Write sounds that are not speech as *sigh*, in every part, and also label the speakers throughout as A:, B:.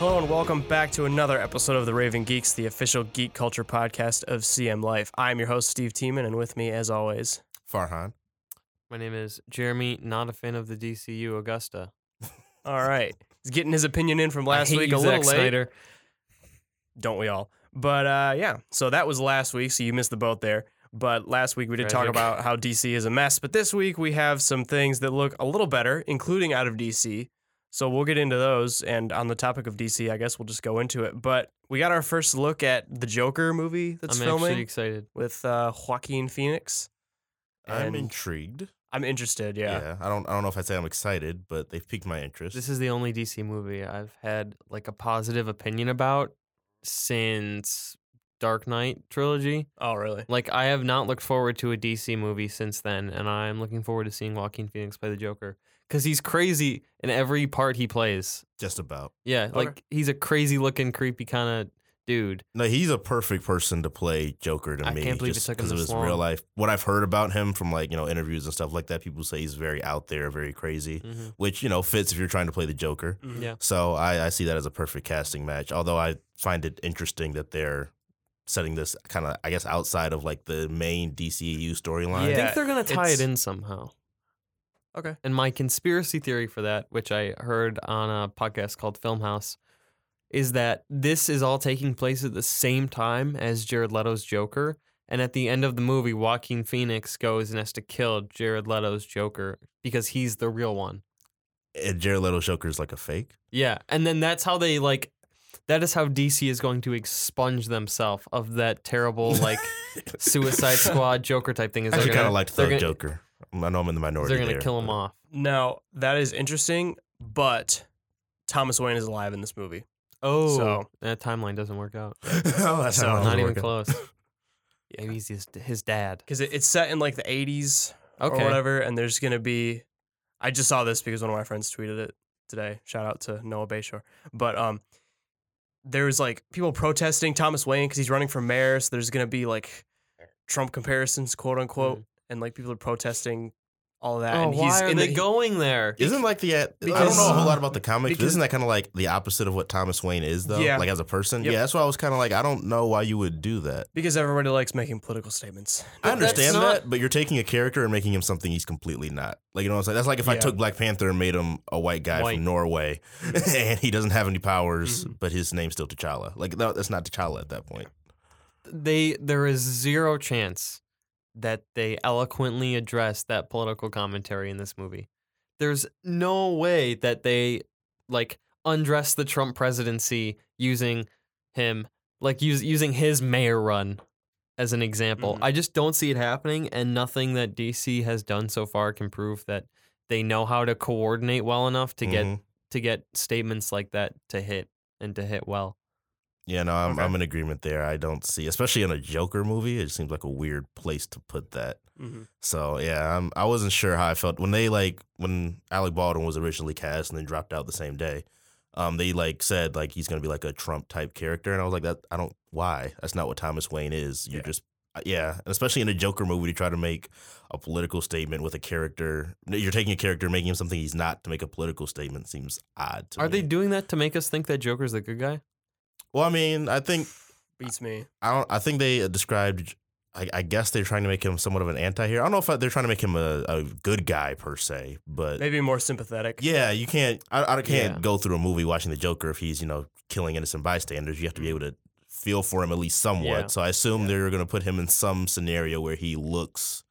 A: welcome back to another episode of the Raven Geeks, the official geek culture podcast of CM Life. I'm your host, Steve Tiemann, and with me, as always,
B: Farhan.
C: My name is Jeremy, not a fan of the DCU Augusta.
A: all right, he's getting his opinion in from
C: I
A: last
C: hate
A: week
C: you,
A: a little
C: Zack
A: late,
C: Snyder.
A: don't we all? But uh, yeah, so that was last week, so you missed the boat there. But last week we did talk
C: Tragic.
A: about how DC is a mess, but this week we have some things that look a little better, including out of DC. So we'll get into those. And on the topic of DC, I guess we'll just go into it. But we got our first look at the Joker movie that's
C: I'm
A: filming.
C: actually excited.
A: with uh, Joaquin Phoenix.
B: I'm
A: And
B: intrigued.
A: I'm interested. Yeah.
B: I don't. I don't know if I say I'm excited, but they've piqued my interest.
C: This is the only DC movie I've had like a positive opinion about since Dark Knight trilogy.
A: Oh, really?
C: Like I have not looked forward to a DC movie since then, and I'm looking forward to seeing Joaquin Phoenix play the Joker because he's crazy in every part he plays.
B: just about.
C: Yeah, like he's a crazy looking, creepy kind of dude.
B: No, he's a perfect person to play Joker to
C: I
B: me.
C: can't believe it
B: just
C: took him
B: because of
C: this
B: his real
C: long.
B: life. What I've heard about him from like you know interviews and stuff like that, people say he's very out there, very crazy,
C: Mhm.
B: which you know fits if you're trying to play the Joker.
A: Mhm.
C: Yeah,
B: So I, I see that as a perfect casting match. Although I find it interesting that they're setting this kind of I guess outside of like the main DCEU storyline.
C: I
A: Yeah,
C: think they're gonna tie
A: it's-
C: it in somehow.
A: Okay.
C: And my conspiracy theory for that, which I heard on a podcast called Filmhouse, is that this is all taking place at the same time as Jared Leto's Joker. And at the end of the movie, Joaquin Phoenix goes and has to kill Jared Leto's Joker because he's the real one.
B: And Jared Leto Joker is like a fake.
C: Yeah. And then that's how they like, that is how DC is going to expunge themselves of that terrible,
B: *laughs*
C: like, Suicide Squad Joker type thing. Is
B: I
C: they're
B: actually kind
C: gonna-
B: of liked
C: they're
B: the
C: gonna-
B: Joker. I know I'm in the minority.
C: They're going to
B: there,
C: kill him
B: but- *laughs*
C: off.
A: Now, that is interesting, but Thomas Wayne is alive in this movie.
C: Oh,
A: So-
C: that timeline doesn't work out.
B: oh, that's
A: So,
B: how it
A: Not
B: was
C: Not even
B: working.
C: close.
A: *laughs* Yeah.
C: Maybe he's his, his dad.
A: Because it, it's set in like the 80s
C: Okay.
A: or whatever, and there's going to be. I just saw this because one of my friends tweeted it today. Shout out to Noah Bayshore. But um, there's like people protesting Thomas Wayne because he's running for mayor. So there's going to be like Trump comparisons, quote unquote, and like people are protesting all that.
C: Mm-hmm. Oh,
A: and he's
C: why are
A: in
C: they
A: the,
C: going there?
B: Isn't like the I don't
A: because-
B: know a whole lot about the comics. but
A: because-
B: isn't that kind of like the opposite of what Thomas Wayne is though?
A: Yeah.
B: Like as a person.
A: Yep.
B: Yeah, that's why I was kind of like I don't know why you would do that.
A: Because everybody likes making political statements.
B: I
C: But that's
B: understand
C: not-
B: that, but you're taking a character and making him something he's completely not. Like you know what I'm saying? That's like if I
A: Yeah.
B: took Black Panther and made him a white guy
C: White. Mm-hmm.
B: from Norway, *laughs* and he doesn't have any powers, but his name's still T'Challa. Like no, that's not T'Challa at that point.
C: they there is zero chance that they eloquently address that political commentary in this movie. There's no way that they like undress the Trump presidency using him like use, using his mayor run as an example.
A: Mhm.
C: I just don't see it happening and nothing that DC has done so far can prove that they know how to coordinate well enough to get
B: Mhm.
C: to get statements like that to hit and to hit well.
B: Yeah, no, I'm
A: Okay.
B: I'm in agreement there. I don't see, especially in a Joker movie, it seems like a weird place to put that.
A: Mm-hmm.
B: So yeah, I'm, I wasn't sure how I felt when they like when Alec Baldwin was originally cast and then dropped out the same day. Um, they like said like he's gonna be like a Trump type character, and I was like that I don't why that's not what Thomas Wayne is. You're
A: Yeah.
B: just uh, yeah, and especially in a Joker movie to try to make a political statement with a character. You're taking a character, and making him something he's not to make a political statement seems odd. To
C: Are
B: me.
C: they doing that to make us think that Joker's the good guy?
B: Well, I mean, I think
A: Beats me.
B: I don't. I think they uh, described. I, I guess they're trying to make him somewhat of an anti-hero. I don't know if they're trying to make him a, a good guy per se, but
A: Maybe more sympathetic.
B: yeah, you can't. I, I can't
C: Yeah.
B: go through a movie watching the Joker if he's you know killing innocent bystanders. You have to be able to feel for him at least somewhat.
C: Mm. Yeah.
B: So I assume
A: Yeah.
B: they're going to put him in some scenario where he looks,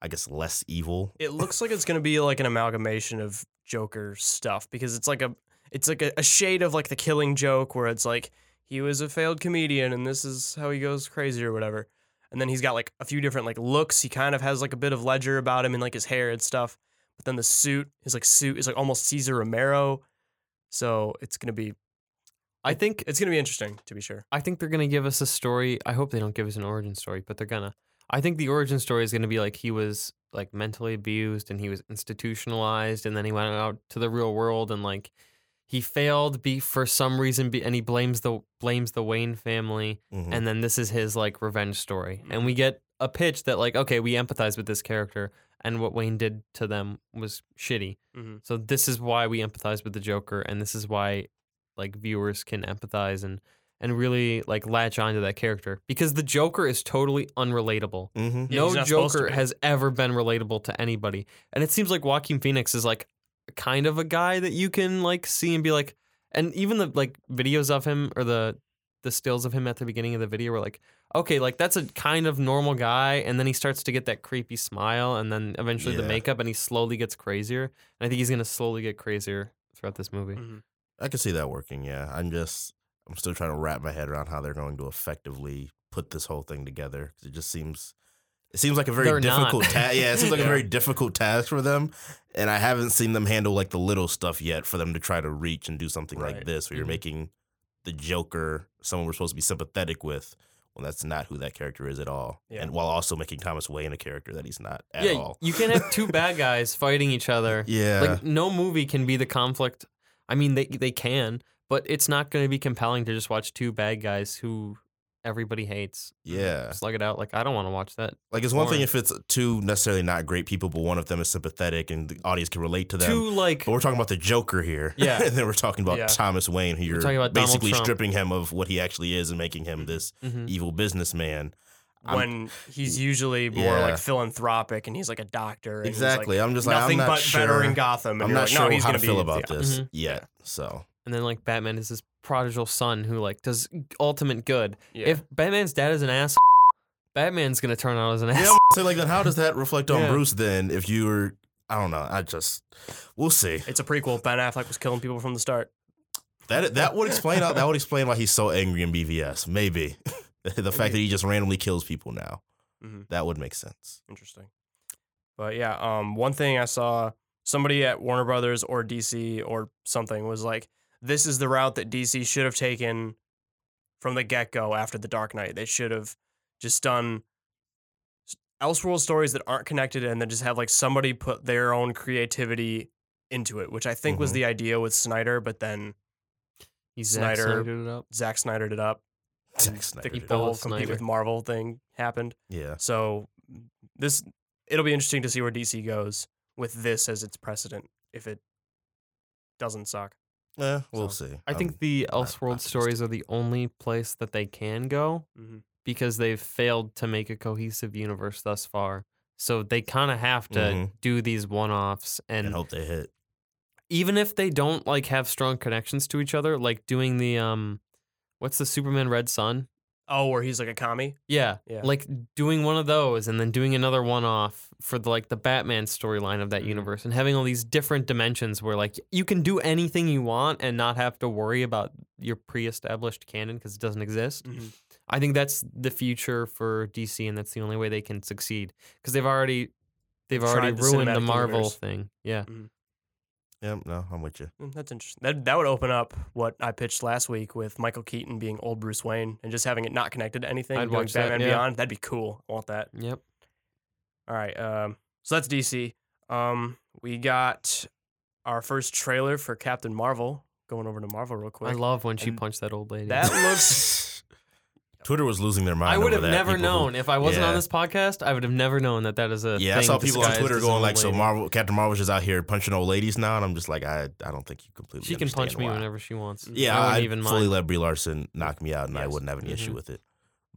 B: I guess, less evil.
A: It looks like it's gonna be like an amalgamation of Joker stuff because it's like a it's like a, a shade of like the killing joke where it's like he was a failed comedian and this is how he goes crazy or whatever. And then he's got like a few different like looks. He kind of has like a bit of ledger about him and like his hair and stuff. But then the suit, his like suit is like almost Caesar Romero. So it's gonna be
C: I think
A: it's gonna be interesting to be sure.
C: I think they're gonna give us a story. I hope they don't give us an origin story, but they're gonna. I think the origin story is gonna be like he was like mentally abused and he was institutionalized and then he went out to the real world and like he failed be for some reason be, and he blames the blames the Wayne family
B: Mhm.
C: and then this is his like revenge story and we get a pitch that like okay we empathize with this character and what wayne did to them was shitty
A: Mhm.
B: Mm-hmm.
C: so this is why we empathize with the joker and this is why like viewers can empathize and and really like latch onto that character because the Joker is totally unrelatable.
B: Mm-hmm.
A: Yeah, he's
C: no
A: not supposed to
C: Joker
A: be.
C: has ever been relatable to anybody. And it seems like Joaquin Phoenix is like kind of a guy that you can like see and be like and even the like videos of him or the the stills of him at the beginning of the video were like okay like that's a kind of normal guy and then he starts to get that creepy smile and then eventually the
B: Yeah.
C: makeup and he slowly gets crazier and I think he's going to slowly get crazier throughout this movie.
A: Mhm.
B: I can see that working. Yeah, I'm just I'm still trying to wrap my head around how they're going to effectively put this whole thing together 'cause it just seems it seems like a very
C: They're not.
B: difficult task. Yeah, it seems like
A: Yeah.
B: a very difficult task for them, and I haven't seen them handle like the little stuff yet for them to try to reach and do something
A: Right.
B: like this where you're
C: Mhm.
B: making the Joker someone we're supposed to be sympathetic with. Well, that's not who that character is at all,
A: Yeah.
B: and while also making Thomas Wayne a character that he's not at
C: yeah,
B: all.
C: you can't have
B: *laughs*
C: two bad guys fighting each other.
B: Yeah,
C: Like no movie can be the conflict. I mean, they they can, but it's not going to be compelling to just watch two bad guys who everybody hates.
B: yeah.
C: Slug it out. Like I don't want to watch that.
B: Like it's one thing
C: Or-
B: if it's two necessarily not great people, but one of them is sympathetic and the audience can relate to them.
C: Two like
B: But we're talking about the Joker here. *laughs*
C: Yeah.
B: and then we're talking about
A: Yeah.
B: Thomas Wayne, who
C: We're
B: you're
C: talking about Donald
B: basically
C: Trump.
B: stripping him of what he actually is and making him this
C: mhm.
A: Mm-hmm.
B: evil businessman. I'm-
A: When he's usually more
B: Yeah.
A: like philanthropic and he's like a doctor. and he's, like,
B: exactly. I'm just like,
A: nothing
B: I'm not
A: but
B: sure.
A: better in Gotham. And
B: I'm
A: you're
B: not
A: like,
B: sure
A: no, he's
B: how to
A: gonna be
B: feel
A: the-
B: about
A: yeah.
B: this
C: Mhm.
B: yet.
A: *laughs*
B: So
C: and then like Batman is this prodigal son who like does ultimate good.
A: Yeah.
C: If Batman's dad is an ass, Batman's gonna turn out as an
B: yeah,
C: ass.
B: I'm say like then how does that reflect on
C: Yeah.
B: Bruce then if you were I don't know. I just we'll see.
A: it's a prequel, Ben Affleck was killing people from the start.
B: That that would explain
C: *laughs*
B: that would explain why he's so angry in BVS. Maybe *laughs* the fact that he just randomly kills people now.
C: Mm-hmm.
A: Mhm.
B: That would make sense.
C: *laughs*
A: Interesting. But yeah, um, one thing I saw somebody at Warner Brothers or DC or something was like, this is the route that DC should have taken from the get go after The Dark Knight. They should have just done s- Elseworld stories that aren't connected and then just have like somebody put their own creativity into it, which I think was
B: Mhm.
A: the idea with Snyder, but then
C: He's
A: Snyder.
C: Snydered it up.
A: Zack Snyder did up.
B: Zack
A: The,
B: Snyder did
A: the
B: it.
A: whole
C: Both
A: compete
C: Snyder.
A: with Marvel thing happened.
B: Yeah.
A: So this it'll be interesting to see where DC goes with this as its precedent if it doesn't suck.
B: Yeah, we'll
A: So,
B: see.
C: I
B: Um,
C: think the
B: I'm
C: Elseworld
B: optimistic.
C: stories are the only place that they can go
B: Mm-hmm.
C: because they've failed to make a cohesive universe thus far. So they kind of have to
B: Mhm.
C: do these one-offs and,
B: and hope they hit.
C: even if they don't like have strong connections to each other, like doing the um what's the Superman Red Sun?
A: Oh, where he's like a commie.
C: Yeah.
A: Yeah.
C: Like doing one of those and then doing another one-off for the like the Batman storyline of that
A: Mhm.
C: universe and having all these different dimensions where like you can do anything you want and not have to worry about your pre-established canon cuz it doesn't exist.
A: Mm-hmm.
C: I think that's the future for DC, and that's the only way they can succeed because they've already they've
A: They've
C: already
A: tried the
C: ruined the
A: cinematic
C: Marvel
A: universe.
C: thing. Yeah,
B: Yeah, no, I'm with you.
A: Mm, That's interesting. That that would open up what I pitched last week with Michael Keaton being old Bruce Wayne and just having it not connected to anything.
C: I'd
A: and doing
C: watch that,
A: Batman
C: yeah.
A: Beyond. That'd be cool. I want that.
C: yep.
A: All right. Um, so that's DC. Um, we got our first trailer for Captain Marvel. Going over to Marvel real quick.
C: I love when she
A: And
C: punched that old lady.
B: *laughs*
C: *laughs*
A: that looks-
B: Twitter was losing their mind.
C: I would have
B: over that.
C: never
B: People who-
C: known if I wasn't on
B: Yeah.
C: this podcast. I would have never known that that is a
B: yeah, I
C: thing
B: saw people on
C: disguised
B: Twitter
C: as an
B: going
C: old
B: like, "So
C: lady.
B: Marvel, Captain Marvel's just out here punching old ladies now," and I'm just like, "I, I don't think you completely."
C: She can punch
B: understand
C: me
B: why.
C: whenever she wants. I
B: Yeah, I
C: wouldn't
B: would
C: even
B: fully
C: mind.
B: let Brie Larson knock me out, and I
A: Yes.
B: wouldn't have any issue
C: Mhm.
B: with it.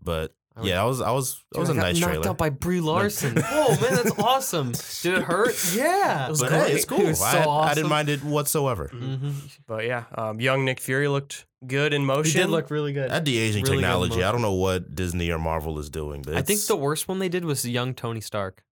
B: But
C: I would-
B: yeah, I was, I was, that
C: Dude,
B: was
C: I
B: a
C: got
B: nice
C: knocked
B: trailer.
C: out by Brie Larson. Whoa, man, that's awesome. Did it hurt? Yeah,
A: It was
B: but
A: great.
B: hey, it's cool.
C: It was so
B: I, had- I
C: awesome.
B: didn't mind it whatsoever.
A: Mm-hmm.
C: Mhm.
A: But yeah, um, young Nick Fury looked good in
C: He
A: motion.
C: did look really good.
B: That de aging
C: Really good
B: technology, I
C: motion.
B: don't know what Disney or Marvel is doing, but
C: I think
B: it's-
C: the worst one they did was young Tony Stark.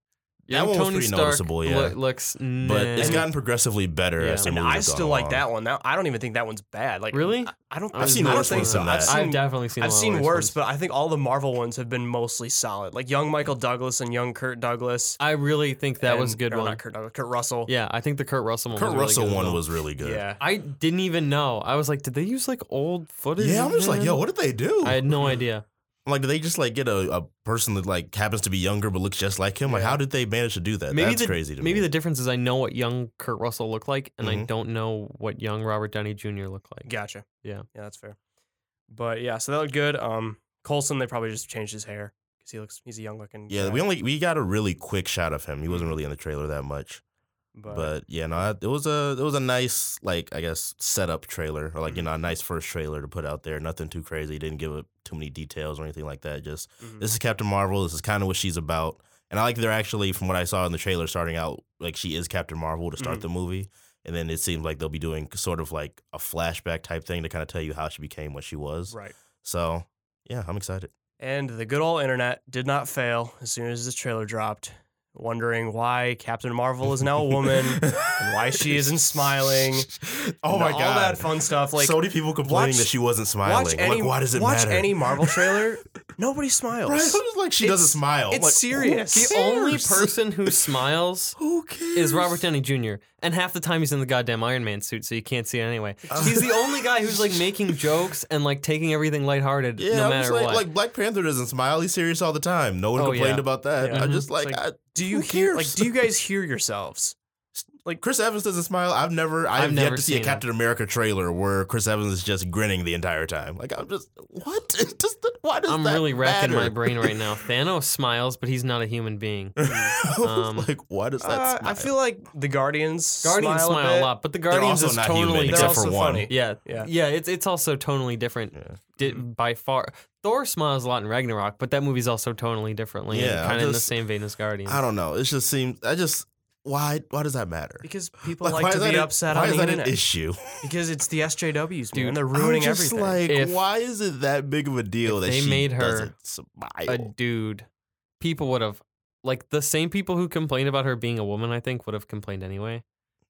B: That
C: Young
B: one was
C: Tony
B: pretty
C: Stark
B: noticeable, yeah.
C: loo- looks,
B: but it's
C: nah.
B: gotten progressively better
C: Yeah.
B: as the
A: and
B: movies
A: I
B: have
A: still
B: gone
A: like
B: along.
A: that one. That I don't even think that one's bad. Like
C: Really?
A: I, I don't.
C: I've
A: I
C: seen
A: don't
B: worse
A: think
B: ones
A: so.
B: than
A: I've
B: that.
A: seen,
C: I've definitely seen. a
A: I've
C: lot
A: seen worse,
C: worse,
A: but
C: ones.
A: I think all the Marvel ones have been mostly solid. Like young Michael Douglas and young Kurt Douglas.
C: I really think that was a
A: and-
C: good
A: or
C: one.
A: Not Kurt Douglas. Kurt Russell.
C: Yeah, I think the Kurt Russell one.
B: Kurt
C: was really
B: Russell
C: good as
B: one
C: well.
B: was really good.
A: Yeah.
C: I didn't even know. I was like, did they use like old footage?
B: Yeah,
C: of
B: I'm just like,
C: him?
B: yo, what did they do?
C: I had no idea.
B: I'm like, did they just like get a, a person that like happens to be younger but looks just like him? Like,
A: Yeah.
B: how did they manage to do that?
C: Maybe
B: That's
C: the,
B: crazy to
C: maybe
B: me.
C: the difference is I know what young Kurt Russell looked like, and I
B: Mhm.
C: don't know what young Robert Downey Jr. looked like.
A: Gotcha.
C: Yeah.
A: Yeah, that's fair. But yeah, so that looked good. Um, Colson, they probably just changed his hair because he looks he's a young looking.
B: yeah,
A: guy.
B: we only we got a really quick shot of him. He wasn't really in the trailer that much.
A: But,
B: But, yeah, no, I, it was a it was a nice like I guess setup trailer or
A: Mm-hmm.
B: like you know a nice first trailer to put out there. Nothing too crazy. Didn't give it too many details or anything like that. Just
A: Mhm.
B: this is Captain Marvel. This is kind of what she's about. And I like they're actually from what I saw in the trailer starting out like she is Captain Marvel to start
A: Mhm.
B: the movie. And then it seems like they'll be doing sort of like a flashback type thing to kind of tell you how she became what she was.
A: right.
B: So yeah, I'm excited.
A: And the good old internet did not fail as soon as this trailer dropped, wondering why Captain Marvel is now a *laughs* woman. and why she
B: *laughs*
A: isn't smiling,
B: Oh
A: and
B: my
A: all
B: god!
A: that fun stuff. Like
B: so many people complaining
A: watch-
B: that she wasn't smiling.
A: watch
B: I'm
A: any
B: like, why does it
A: watch
B: matter?
A: any Marvel *laughs* trailer, nobody
B: *laughs* Right?
A: smiles.
B: I'm just *laughs* like she
A: It's-
B: doesn't smile. I'm
A: it's
B: like,
A: serious.
B: Who
A: The
B: cares?
C: The
B: *laughs*
C: only person who smiles
B: who cares
C: is Robert Downey Jr. And half the time he's in the goddamn Iron Man suit, so you can't see it
B: *laughs*
C: anyway.
B: Uh,
C: He's the only guy who's like making jokes and like taking everything lighthearted,
B: Yeah,
C: no
B: I'm just
C: matter
B: like,
C: what.
B: like Black Panther doesn't smile. He's serious all the time. No one
C: Oh,
B: complained
C: yeah.
B: about that.
A: Yeah.
B: I'm just
A: Mhm.
B: like,
A: It's
B: I,
A: do you
B: who
A: hear? Like,
B: cares?
A: do you guys hear yourselves?
B: Chris Evans doesn't smile. I've never, I
C: I've
B: have
C: never
B: yet to see a
C: seen it.
B: Captain America trailer where Chris Evans is just grinning the entire time. Like I'm just, what? *laughs* It just, why does
C: I'm
B: that
C: really
B: matter?
C: racking my brain
B: *laughs*
C: right now. Thanos smiles, but he's not a human being.
B: I *laughs* was
C: Um,
B: like, why does that?
A: Uh, I
B: smile?
A: feel like the Guardians
C: Guardians
A: smile,
C: smile,
A: a, bit.
C: a lot, but the
B: They're
C: Guardians
B: also
C: is
B: not
C: totally
B: human,
A: They're
B: except for
A: also
B: one.
A: funny.
C: yeah,
A: Yeah.
C: yeah, It's it's also totally different
B: Yeah. Mm-hmm.
C: di- by far. Thor smiles a lot in Ragnarok, but that movie's also totally differently.
B: Yeah, I'm
C: kind of in the
B: just-
C: same vein as Guardians.
B: I don't know. It just seems. I just why? Why does that matter?
A: *sighs* because people like,
B: why
A: to
B: is that
A: be
B: an-
A: upset
B: why
A: on
B: is
A: the
B: that
A: internet
B: an issue?
A: *laughs* because it's the SJWs, man.
C: Dude,
A: They're ruining
B: I'm just
A: everything.
B: like,
C: If-
B: why is it that big of a deal
C: if
B: that
C: they
B: she
C: made her
B: doesn't smile?
C: a dude, people would have like the same people who complained about her being a woman. I think would have complained anyway,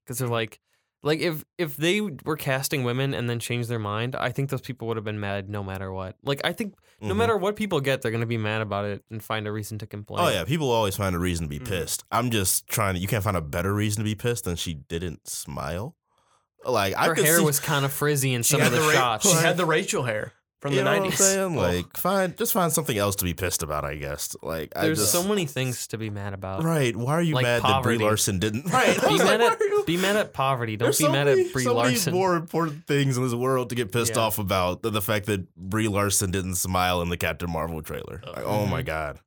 C: because they're like, like if if they were casting women and then changed their mind, I think those people would have been mad no matter what. Like I think no
B: Mhm.
C: matter what people get, they're gonna be mad about it and find a reason to complain.
B: Oh yeah, people always find a reason to be
A: Mhm.
B: pissed. I'm just trying to. You can't find a better reason to be pissed than she didn't smile. Like I
C: her
B: could
C: hair
B: see,
C: was kind of frizzy
B: *laughs*
C: in some
A: had
C: of the
A: Ra-
C: shots.
A: she had the Rachel hair from
B: you
A: the
B: know what I'm
A: nineties.
C: *laughs* Oh.
B: saying? Like find just find something else to be pissed about. I guess. Like I
C: There's
B: just,
C: so many things to be mad about.
B: Right? Why are you
C: like
B: mad that
C: poverty.
B: Brie Larson didn't? Right? *laughs* I
C: Be
B: was
C: mad,
B: like, why are you-
C: at, be mad at poverty. Don't
B: There's
C: be
B: so
C: mad
B: many-
C: at Brie
B: so
C: Larson.
B: Many more important things in this world to get pissed
C: Yeah.
B: off about than the fact that Brie Larson didn't smile in the Captain Marvel trailer.
A: Ugh.
B: Like, oh
C: mm-hmm.
B: my god.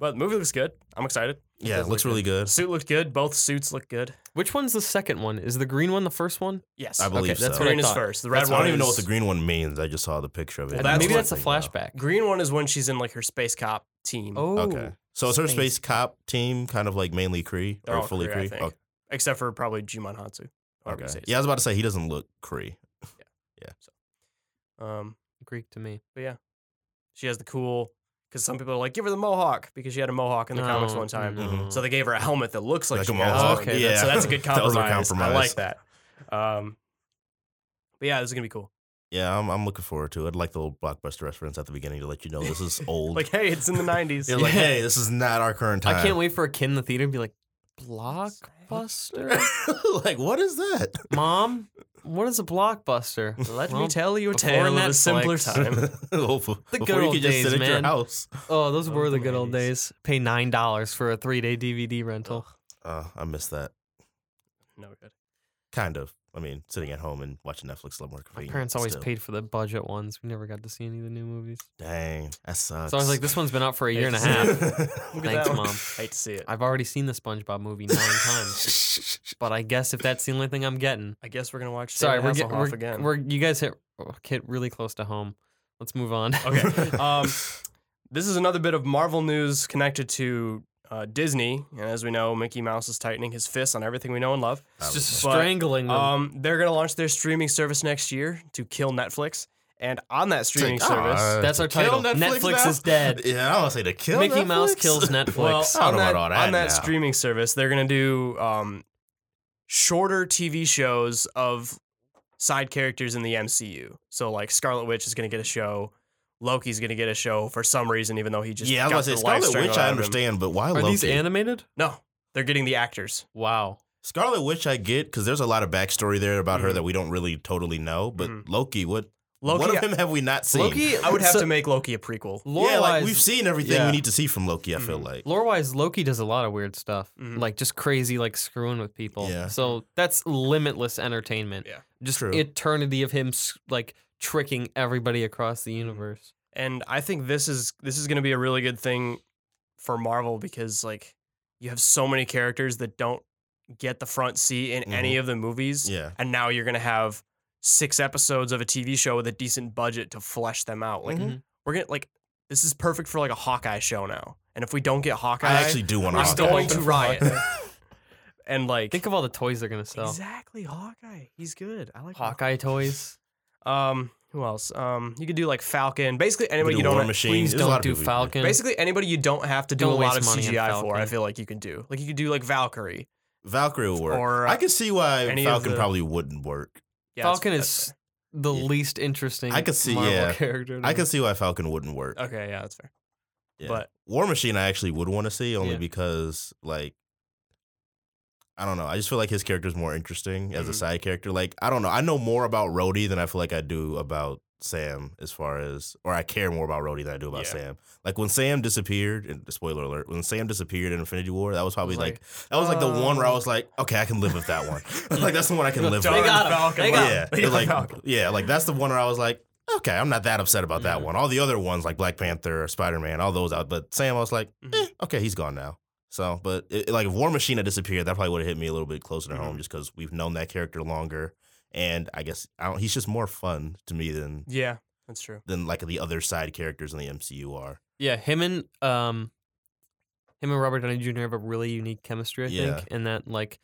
A: But the movie looks good. I'm excited. does
B: Yeah, it
A: look
B: looks really
A: The
B: good.
A: suit looked good. Both suits look good.
C: Which one's the second one? Is the green one the first one?
A: Yes.
B: I believe
C: okay, that's
B: so.
C: what I
A: green is
C: thought.
A: first. The
B: I
A: red
B: don't
A: one.
B: even know what
A: is-
B: the green one means. I just saw the picture of it.
A: Well, that's
C: Maybe
A: what
C: that's a flashback.
A: Green one is when she's in like her space cop team.
C: Oh,
B: Okay. So it's her
C: Space. Oh,
B: space cop team, kind of like mainly Kree
A: They're
B: or
A: all
B: fully
A: Kree, I
B: Kree.
A: think. Except for probably Jumon Hansu.
B: Oh,
A: however you
B: okay.
A: say his
B: Yeah, I was about to say he doesn't look Kree.
A: name. Um,
C: Greek to me.
A: she has the cool because some people are like, give her the mohawk because she had a mohawk in the comics one time.
C: Oh, Mm-hmm.
B: no.
A: So they gave her a helmet that looks like,
B: Like
A: she
B: a
A: has
B: mohawk.
A: one.
C: Okay,
A: So that's a
B: Yeah.
A: good
B: *laughs* That
A: compromise.
B: was a
A: I like
B: compromise.
A: that. Um, but yeah, this is gonna be cool.
B: Yeah, I'm, I'm looking forward to it. I like the little blockbuster reference at the beginning to let you know
C: *laughs*
B: this is old.
A: Like, hey, it's in the '90s.
B: *laughs* You're like,
C: Yeah.
B: hey, this is not our current time.
C: I can't wait for a kid in the theater to be like, blockbuster?
B: *laughs* like, what is that?
C: *laughs* Mom, what is a blockbuster?
A: Let
C: Well,
A: me tell you a
C: before
A: tale of a simpler
C: Netflix.
A: time. *laughs*
B: *laughs* Hopefully-
C: The good
B: before you
C: old
B: could just
C: days,
B: sit at your
C: man.
B: house.
C: Oh, those
A: Oh,
C: were the
A: the
C: good old
A: 90s.
C: days. Pay nine dollars for a three day DVD rental.
B: Uh, I miss that.
A: No good.
B: Kind of. I mean, sitting at home and watching Netflix is a lot more
C: My
B: convenient.
C: parents always
B: still.
C: paid for the budget ones. We never got to see any of the new movies.
B: Dang, that sucks.
C: So I was like, this one's been out for a
A: Hate
C: year and
B: *laughs*
C: a
A: to see it.
C: half.
A: Look at
C: Thanks,
A: that one.
C: Mom.
A: Hate to see it.
C: I've already seen the SpongeBob movie nine
B: *laughs*
C: times, but I guess if that's the only thing I'm getting,
A: I guess we're gonna watch.
C: sorry, we're,
A: David
C: get,
A: Hasselhoff
C: we're,
A: again.
C: we're you guys hit oh, hit really close to home. Let's move on. *laughs*
A: Okay. Um, this is another bit of Marvel news connected to uh, Disney, and as we know, Mickey Mouse is tightening his fists on everything we know and love.
B: I
C: it's
B: was *laughs*
C: just
A: But,
C: strangling them.
A: Um, they're gonna launch their streaming service next year to kill Netflix, and on that streaming
B: Like,
A: service,
B: "Ah,
C: That's
B: to
C: our title.
B: kill
C: Netflix
B: now?"
C: is dead.
B: *laughs* Yeah, I don't want to say to kill
C: Mickey
B: Netflix.
C: Mouse
B: *laughs*
C: kills Netflix.
A: well,
B: I
A: on
B: don't know
A: that,
B: about all that
A: on that
B: now.
A: streaming service, they're gonna do um, shorter TV shows of side characters in the MCU. So like Scarlet Witch is gonna get a show. Loki's gonna get a show for some reason, even though he just
B: yeah, I was
A: got
B: about to say
A: the life
B: Scarlet
A: strangled
B: Witch.
A: out
B: I
A: of him.
B: understand, but why
C: Are
B: Loki?
C: these animated?
A: No, they're getting the actors.
C: Wow.
B: Scarlet Witch, I get because there's a lot of backstory there about her
C: Mm-hmm.
A: Mhm.
B: that we don't really totally know. But
A: Mhm.
B: Loki, what
A: Loki,
B: what of him have we not seen?
C: Loki,
A: I would have
C: so-
A: to make Loki a prequel.
C: Lore
B: yeah, like
C: wise,
B: we've seen everything
C: yeah.
B: we need to see from Loki. I feel
A: Mhm.
B: like
C: lore wise, Loki does a lot of weird stuff,
A: Mhm.
C: like just crazy, like screwing with people.
B: Yeah.
C: So that's limitless entertainment.
A: Yeah.
C: Just
B: True.
C: eternity of him s- like tricking everybody across the universe.
A: And I think this is this is going to be a really good thing for Marvel because like you have so many characters that don't get the front seat in any
B: Mm-hmm.
A: of the movies.
B: Yeah.
A: And now you're gonna have six episodes of a TV show with a decent budget to flesh them out. Like
B: Mm-hmm.
C: Mhm.
A: we're gonna like this is perfect for like a Hawkeye show now. And if we don't get Hawkeye,
B: I actually do want
A: we're
B: to.
A: still going to
C: Hawkeye.
A: riot. *laughs* and like
C: Think of all the toys they're gonna sell.
A: exactly Hawkeye. He's good. I like
C: Hawkeye toys.
A: Um, who else? Um, you could do like Falcon. Basically
B: You
A: anybody
B: do
A: you
B: War
A: don't
B: Machine.
C: Please
B: There's a lot
C: don't
B: of
C: do
B: people you can
C: Falcon.
A: basically anybody you don't have to do
C: Don't
A: a lot
C: waste
A: of
C: money on
A: CGI for. I
C: Falcon.
A: feel like you can do like you could do like Valkyrie.
B: Valkyrie will work.
A: Or, uh,
B: I can see why
A: any of
B: Falcon
A: the-
B: probably wouldn't work.
A: Yeah, that's-
C: Falcon
A: that's
C: is the
B: Yeah.
C: least interesting.
B: I could see-
C: Marvel
B: yeah.
C: Character. to
A: Mm.
B: I
C: me.
B: can see why Falcon wouldn't work.
A: fair. okay. Yeah, that's fair.
B: Yeah.
A: But
B: War Machine, I actually would want to see only
C: Yeah.
B: because, like, I don't know. I just feel like his character is more interesting as a
A: Mhm.
B: side character. Like, I don't know. I know more about Rhodey than I feel like I do about Sam, as far as, or I care more about Rhodey than I do about
A: Yeah.
B: Sam. Like when Sam disappeared, and spoiler alert, when Sam disappeared in Infinity War, that was probably
C: like,
B: like, that was like the one where I
A: "Oh."
B: was like, okay, I can live with that one. *laughs* like that's the one I can live
A: Darn
B: with.
C: got him.
A: Falcon.
C: They
A: wow.
C: got
B: Oh, yeah,
A: They got
B: like
A: Falcon.
B: yeah, like that's the one where I was like, okay, I'm not that upset about that
C: Mhm.
B: one. All the other ones like Black Panther, or Spider Man, all those out. But Sam, I was like, eh,
A: Mhm.
B: okay, he's gone now. So, but it, like if War Machine had disappeared, that probably would have hit me a little bit closer to
A: Mhm.
B: home, just because we've known that character longer, and I guess I don't, he's just more fun to me than
A: Yeah, that's true.
B: than like the other side characters in the MCU are.
C: Yeah, him and um, him and Robert Downey Jr. have a really unique chemistry. I
B: Yeah.
C: think, and that like,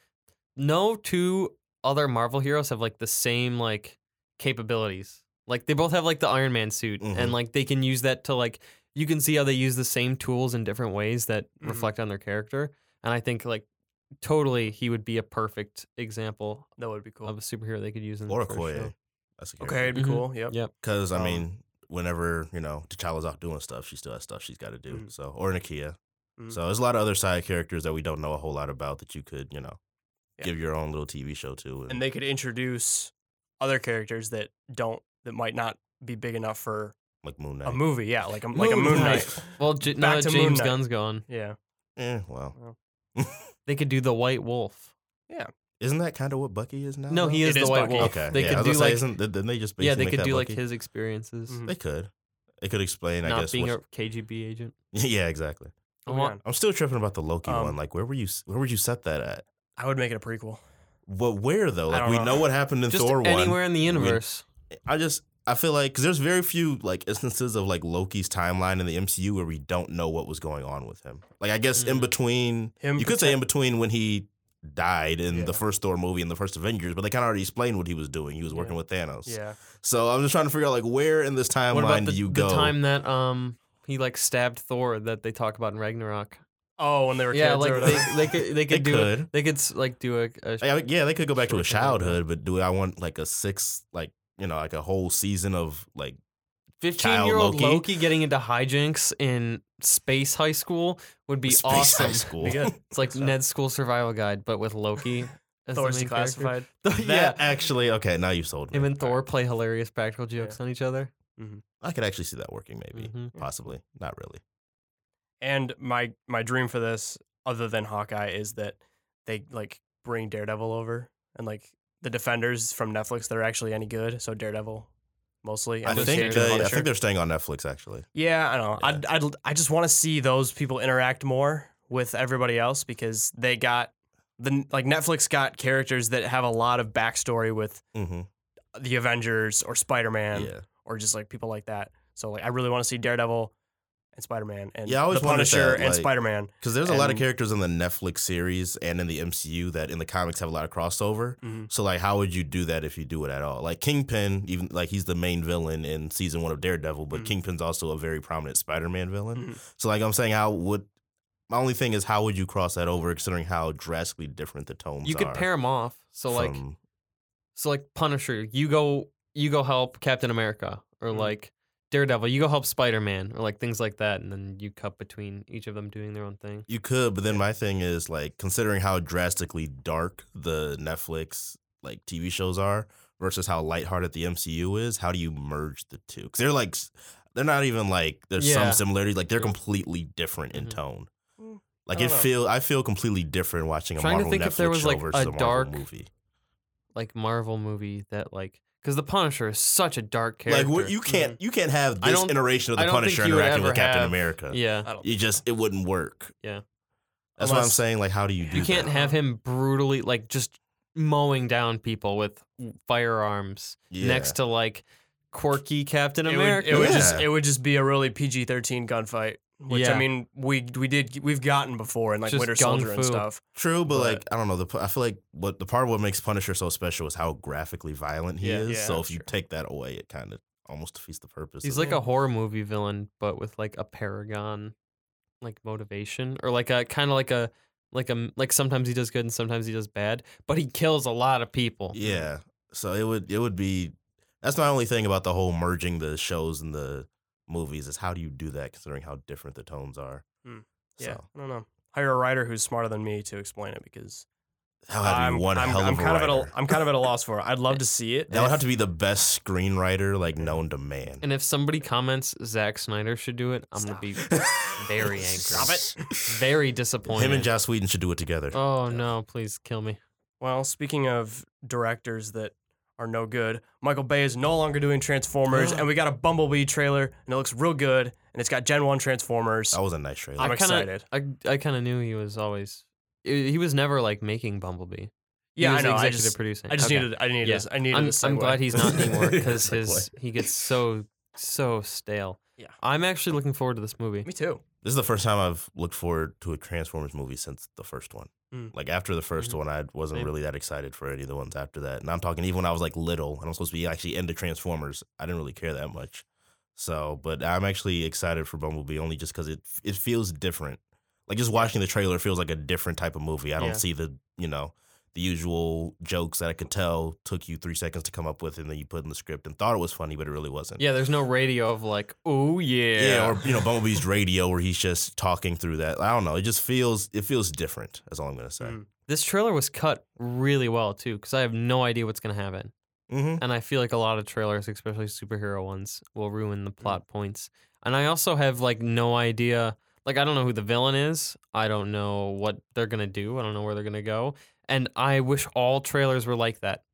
C: no two other Marvel heroes have like the same like capabilities. Like they both have like the Iron Man suit,
B: Mhm.
C: and like they can use that to like you can see how they use the same tools in different ways that
B: Mm-hmm.
A: Mhm.
C: reflect on their character. And I think like totally he would be a perfect example
A: That would be cool.
C: of a superhero they could use in
B: Or a
C: Mm, for show.
B: Okoye, that's a
A: Okay, it'd be
C: Mhm.
A: cool. Yep.
C: Yeah.
B: because I
A: Um,
B: mean. Whenever you know T'Challa's out doing stuff, she still has stuff she's got to do.
C: Mm.
A: Mhm.
B: So, or Nakia,
A: Mhm.
B: So there's a lot of other side characters that we don't know a whole lot about that you could, you know,
A: Yeah.
B: give your own little TV show to. And,
A: And they could introduce other characters that don't that might not be big enough for
B: like Moon
A: a
B: Knight.
A: movie. Yeah, like a like a
C: Moon
A: Moon
C: Knight.
A: Knight.
C: Well, J-
A: Back
C: now that
A: to Moon
C: James
A: Knight.
C: Gunn's gone,
A: Yeah.
B: *laughs* eh, well,
C: they could do the White Wolf.
B: *laughs* isn't that kind of what Bucky is now?
C: No, he
A: It
C: is,
A: is
C: the White
A: Bucky.
C: Wolf.
B: Okay,
C: They
B: yeah, I
C: could
B: was
C: do
B: gonna say,
C: like
B: isn't, did- didn't they just
C: yeah,
B: basically
C: they
B: make
C: could
B: that
C: do like
B: Bucky?
C: his experiences,
A: Mhm.
B: They could. It could explain, I
C: not
B: guess.
C: being
B: what's-
C: a KGB agent.
B: *laughs* yeah, exactly.
C: I
A: Moving
C: want-
A: on.
B: I'm still tripping about the Loki
A: Um,
B: one. Like, where were you? Where would you set that at?
A: I would make it a prequel.
B: But where though? Like,
A: don't
B: we
A: know.
B: know what happened in
C: Just
B: Thor one.
C: anywhere in the universe.
B: I just I feel like because there's very few like instances of like Loki's timeline in the MCU where we don't know what was going on with him. Like I guess in
C: Mhm.
B: between,
A: Him
B: you could say in between when he died in
A: Yeah.
B: the first Thor movie and the first Avengers, but they kind of already explained what he was doing. He was working
A: Yeah.
B: with Thanos.
A: Yeah.
B: So I'm just trying to figure out like where in this timeline
C: what about the,
B: do you
C: the
B: go?
C: time that um he like stabbed Thor that they talk about in Ragnarok?
A: Oh, when they were
C: Yeah,
A: kids or
C: like
A: whatever. *laughs*
C: they, they could they
B: They
C: could do
B: could.
C: they could s- like do a, a
B: Like, I would- yeah, they could go back to a
C: Sure, something like that.
B: childhood, but do I want like a six like you know like a whole season of like
C: fifteen year old
B: Loki.
C: Loki. getting into hijinks in space high school would be
B: space
C: awesome. *laughs*
B: high school?
A: Be
B: *laughs*
A: good.
C: It's like Ned's school survival guide, but with Loki as
A: Thor's
C: the main character. *laughs*
A: declassified.
B: That
C: yeah,
B: actually okay. Now you sold me.
C: him and Thor play hilarious practical jokes on each other.
B: I could actually see that working maybe.
C: Mhm.
B: Possibly. Not really.
A: And my my dream for this, other than Hawkeye, is that they like bring Daredevil over and like the Defenders from Netflix that are actually any good. So Daredevil, mostly. and
B: I
A: just
B: think
A: Daredevil
B: they, I
A: Punisher.
B: think they're staying on Netflix actually.
A: Yeah, I know. I'd, I'd, I just want to see those people interact more with everybody else because they got the like Netflix got characters that have a lot of backstory with
B: Mm-hmm.
A: the Avengers or Spider Man
B: yeah.
A: or just like people like that. So like I really want to see Daredevil and Spider Man and
B: Yeah, I always
A: the
B: wondered
A: Punisher
B: that,
A: and
B: like-
A: Spider Man.
B: Because there's a lot of
A: And-
B: characters in the Netflix series and in the MCU that in the comics have a lot of crossover. So like how would you do that if you do it at all? Like Kingpin, even like he's the main villain in season one of Daredevil, but
C: Mm.
A: Mhm.
B: Kingpin's also a very prominent Spider Man villain.
C: Mm-hmm.
A: Mhm.
B: So like I'm saying how would my only thing is how would you cross that over considering how drastically different the tones
C: You
B: are
C: could pair them off. So like
B: from-
C: so like Punisher, you go you go help Captain America or
B: Mm-hmm.
A: Mhm.
C: like Daredevil, you go help Spider Man or like things like that, and then you cut between each of them doing their own thing.
B: You could, but then my thing is like considering how drastically dark the Netflix like TV shows are versus how lighthearted the MCU is. How do you merge the two? Because they're like s- they're not even like there's
C: Yeah.
B: some similarities. Like they're
C: Mhm.
B: completely different in
C: Mhm.
B: tone.
A: Mm,
B: Like
A: I
B: it
A: don't know.
B: feel I feel completely different watching a
C: Trying to
B: Marvel
C: think
B: Netflix
C: if there was,
B: show
C: like,
B: versus
C: a
B: Marvel
C: dark
B: movie.
C: Like Marvel movie that like because the Punisher is such a dark character. Mm-hmm.
B: Like what you can't *laughs* you can't have
C: I
B: this
C: don't-
B: iteration of
C: I
B: the
C: don't think
B: Punisher
C: you would
B: interacting with
C: ever
B: Captain
C: have-
B: America.
C: yeah.
A: I don't
B: You just it wouldn't work.
C: Yeah.
B: That's what I'm
A: Unless-
B: saying. Like how do you do
C: You can't
B: that?
C: have him brutally like just mowing down people with firearms
B: Yeah.
C: next to like quirky Captain
A: it would,
C: America.
A: it would just
B: Yeah.
A: it would just be a really PG thirteen gunfight, which I
C: Yeah.
A: mean we we did we've gotten before in like
C: Just
A: Winter
C: gung
A: Soldier and
C: fu.
A: stuff.
B: True, but,
A: But-
B: like I don't know. The pu- I feel like what the part of what makes Punisher so special is how graphically violent he
A: Yeah,
B: is.
A: yeah,
B: so if you
A: sure.
B: take that away, it kind of almost defeats the purpose.
C: He's
B: of
C: like
B: it.
C: a horror movie villain, but with like a paragon, like motivation, or like a kind of like a like a like sometimes he does good and sometimes he does bad, but he kills a lot of people.
B: yeah. So it would it would be that's my only thing about the whole merging the shows and the movies is how do you do that considering how different the tones are.
A: Hmm. Yeah,
B: So,
A: I don't know. Hire a writer who's smarter than me to explain it because
B: however,
A: I'm,
B: you one
A: I'm,
B: hell
A: I'm
B: of a
A: kind
B: writer.
A: of at a I'm kind of at a loss for it. I'd love to see it.
B: that would have to be the best screenwriter like known to man.
C: And if somebody comments Zack Snyder should do it, I'm
A: Stop.
C: gonna
B: *laughs*
C: be very angry.
B: Stop it.
C: very disappointed.
B: Him and Joss Whedon should do it together.
C: Oh no, please kill me.
A: Well, speaking of directors that are no good, Michael Bay is no longer doing
B: *gasps*
A: Transformers, and we got a Bumblebee trailer, and it looks real good, and it's got Gen One Transformers.
B: that was a nice trailer.
A: I'm
C: I kinda-
A: excited.
C: I I kind of knew he was always. He he was never like making Bumblebee.
A: yeah,
C: he
A: I
C: was
A: know. I
C: Executive
A: just,
C: producing.
A: I just
C: Okay.
A: needed. I needed.
C: Yeah.
A: this- I needed.
C: I'm,
A: a
C: I'm
A: segue.
C: glad
A: *laughs*
C: he's
B: *laughs*
C: not anymore because
B: Segue.
C: his he gets so so stale.
A: Yeah.
C: I'm actually looking forward to this movie.
A: Me too.
B: This is the first time I've looked forward to a Transformers movie since the first one.
A: Mm.
B: Like after the 1st
C: Mhm.
B: one, I wasn't
C: Same.
B: really that excited for any of the ones after that. And I'm talking even when I was like little and I'm supposed to be actually into Transformers, I didn't really care that much. So, but I'm actually excited for Bumblebee only just because it it feels different. Like just watching the trailer feels like a different type of movie. I don't
C: Yeah.
B: see the you know the usual jokes that I could tell took you three seconds to come up with, and then you put in the script and thought it was funny, but it really wasn't.
C: Yeah, there's no radio of like, oh yeah.
B: Yeah, or you know, Bumblebee's radio where he's just talking through that. I don't know. It just feels it feels different. That's all I'm gonna say.
A: Mm.
C: this trailer was cut really well too, because I have no idea what's gonna happen,
B: Mm-hmm.
C: and I feel like a lot of trailers, especially superhero ones, will ruin the
B: Mm.
C: plot points. And I also have like no idea. Like I don't know who the villain is. I don't know what they're gonna do. I don't know where they're gonna go. And I wish all trailers were like that.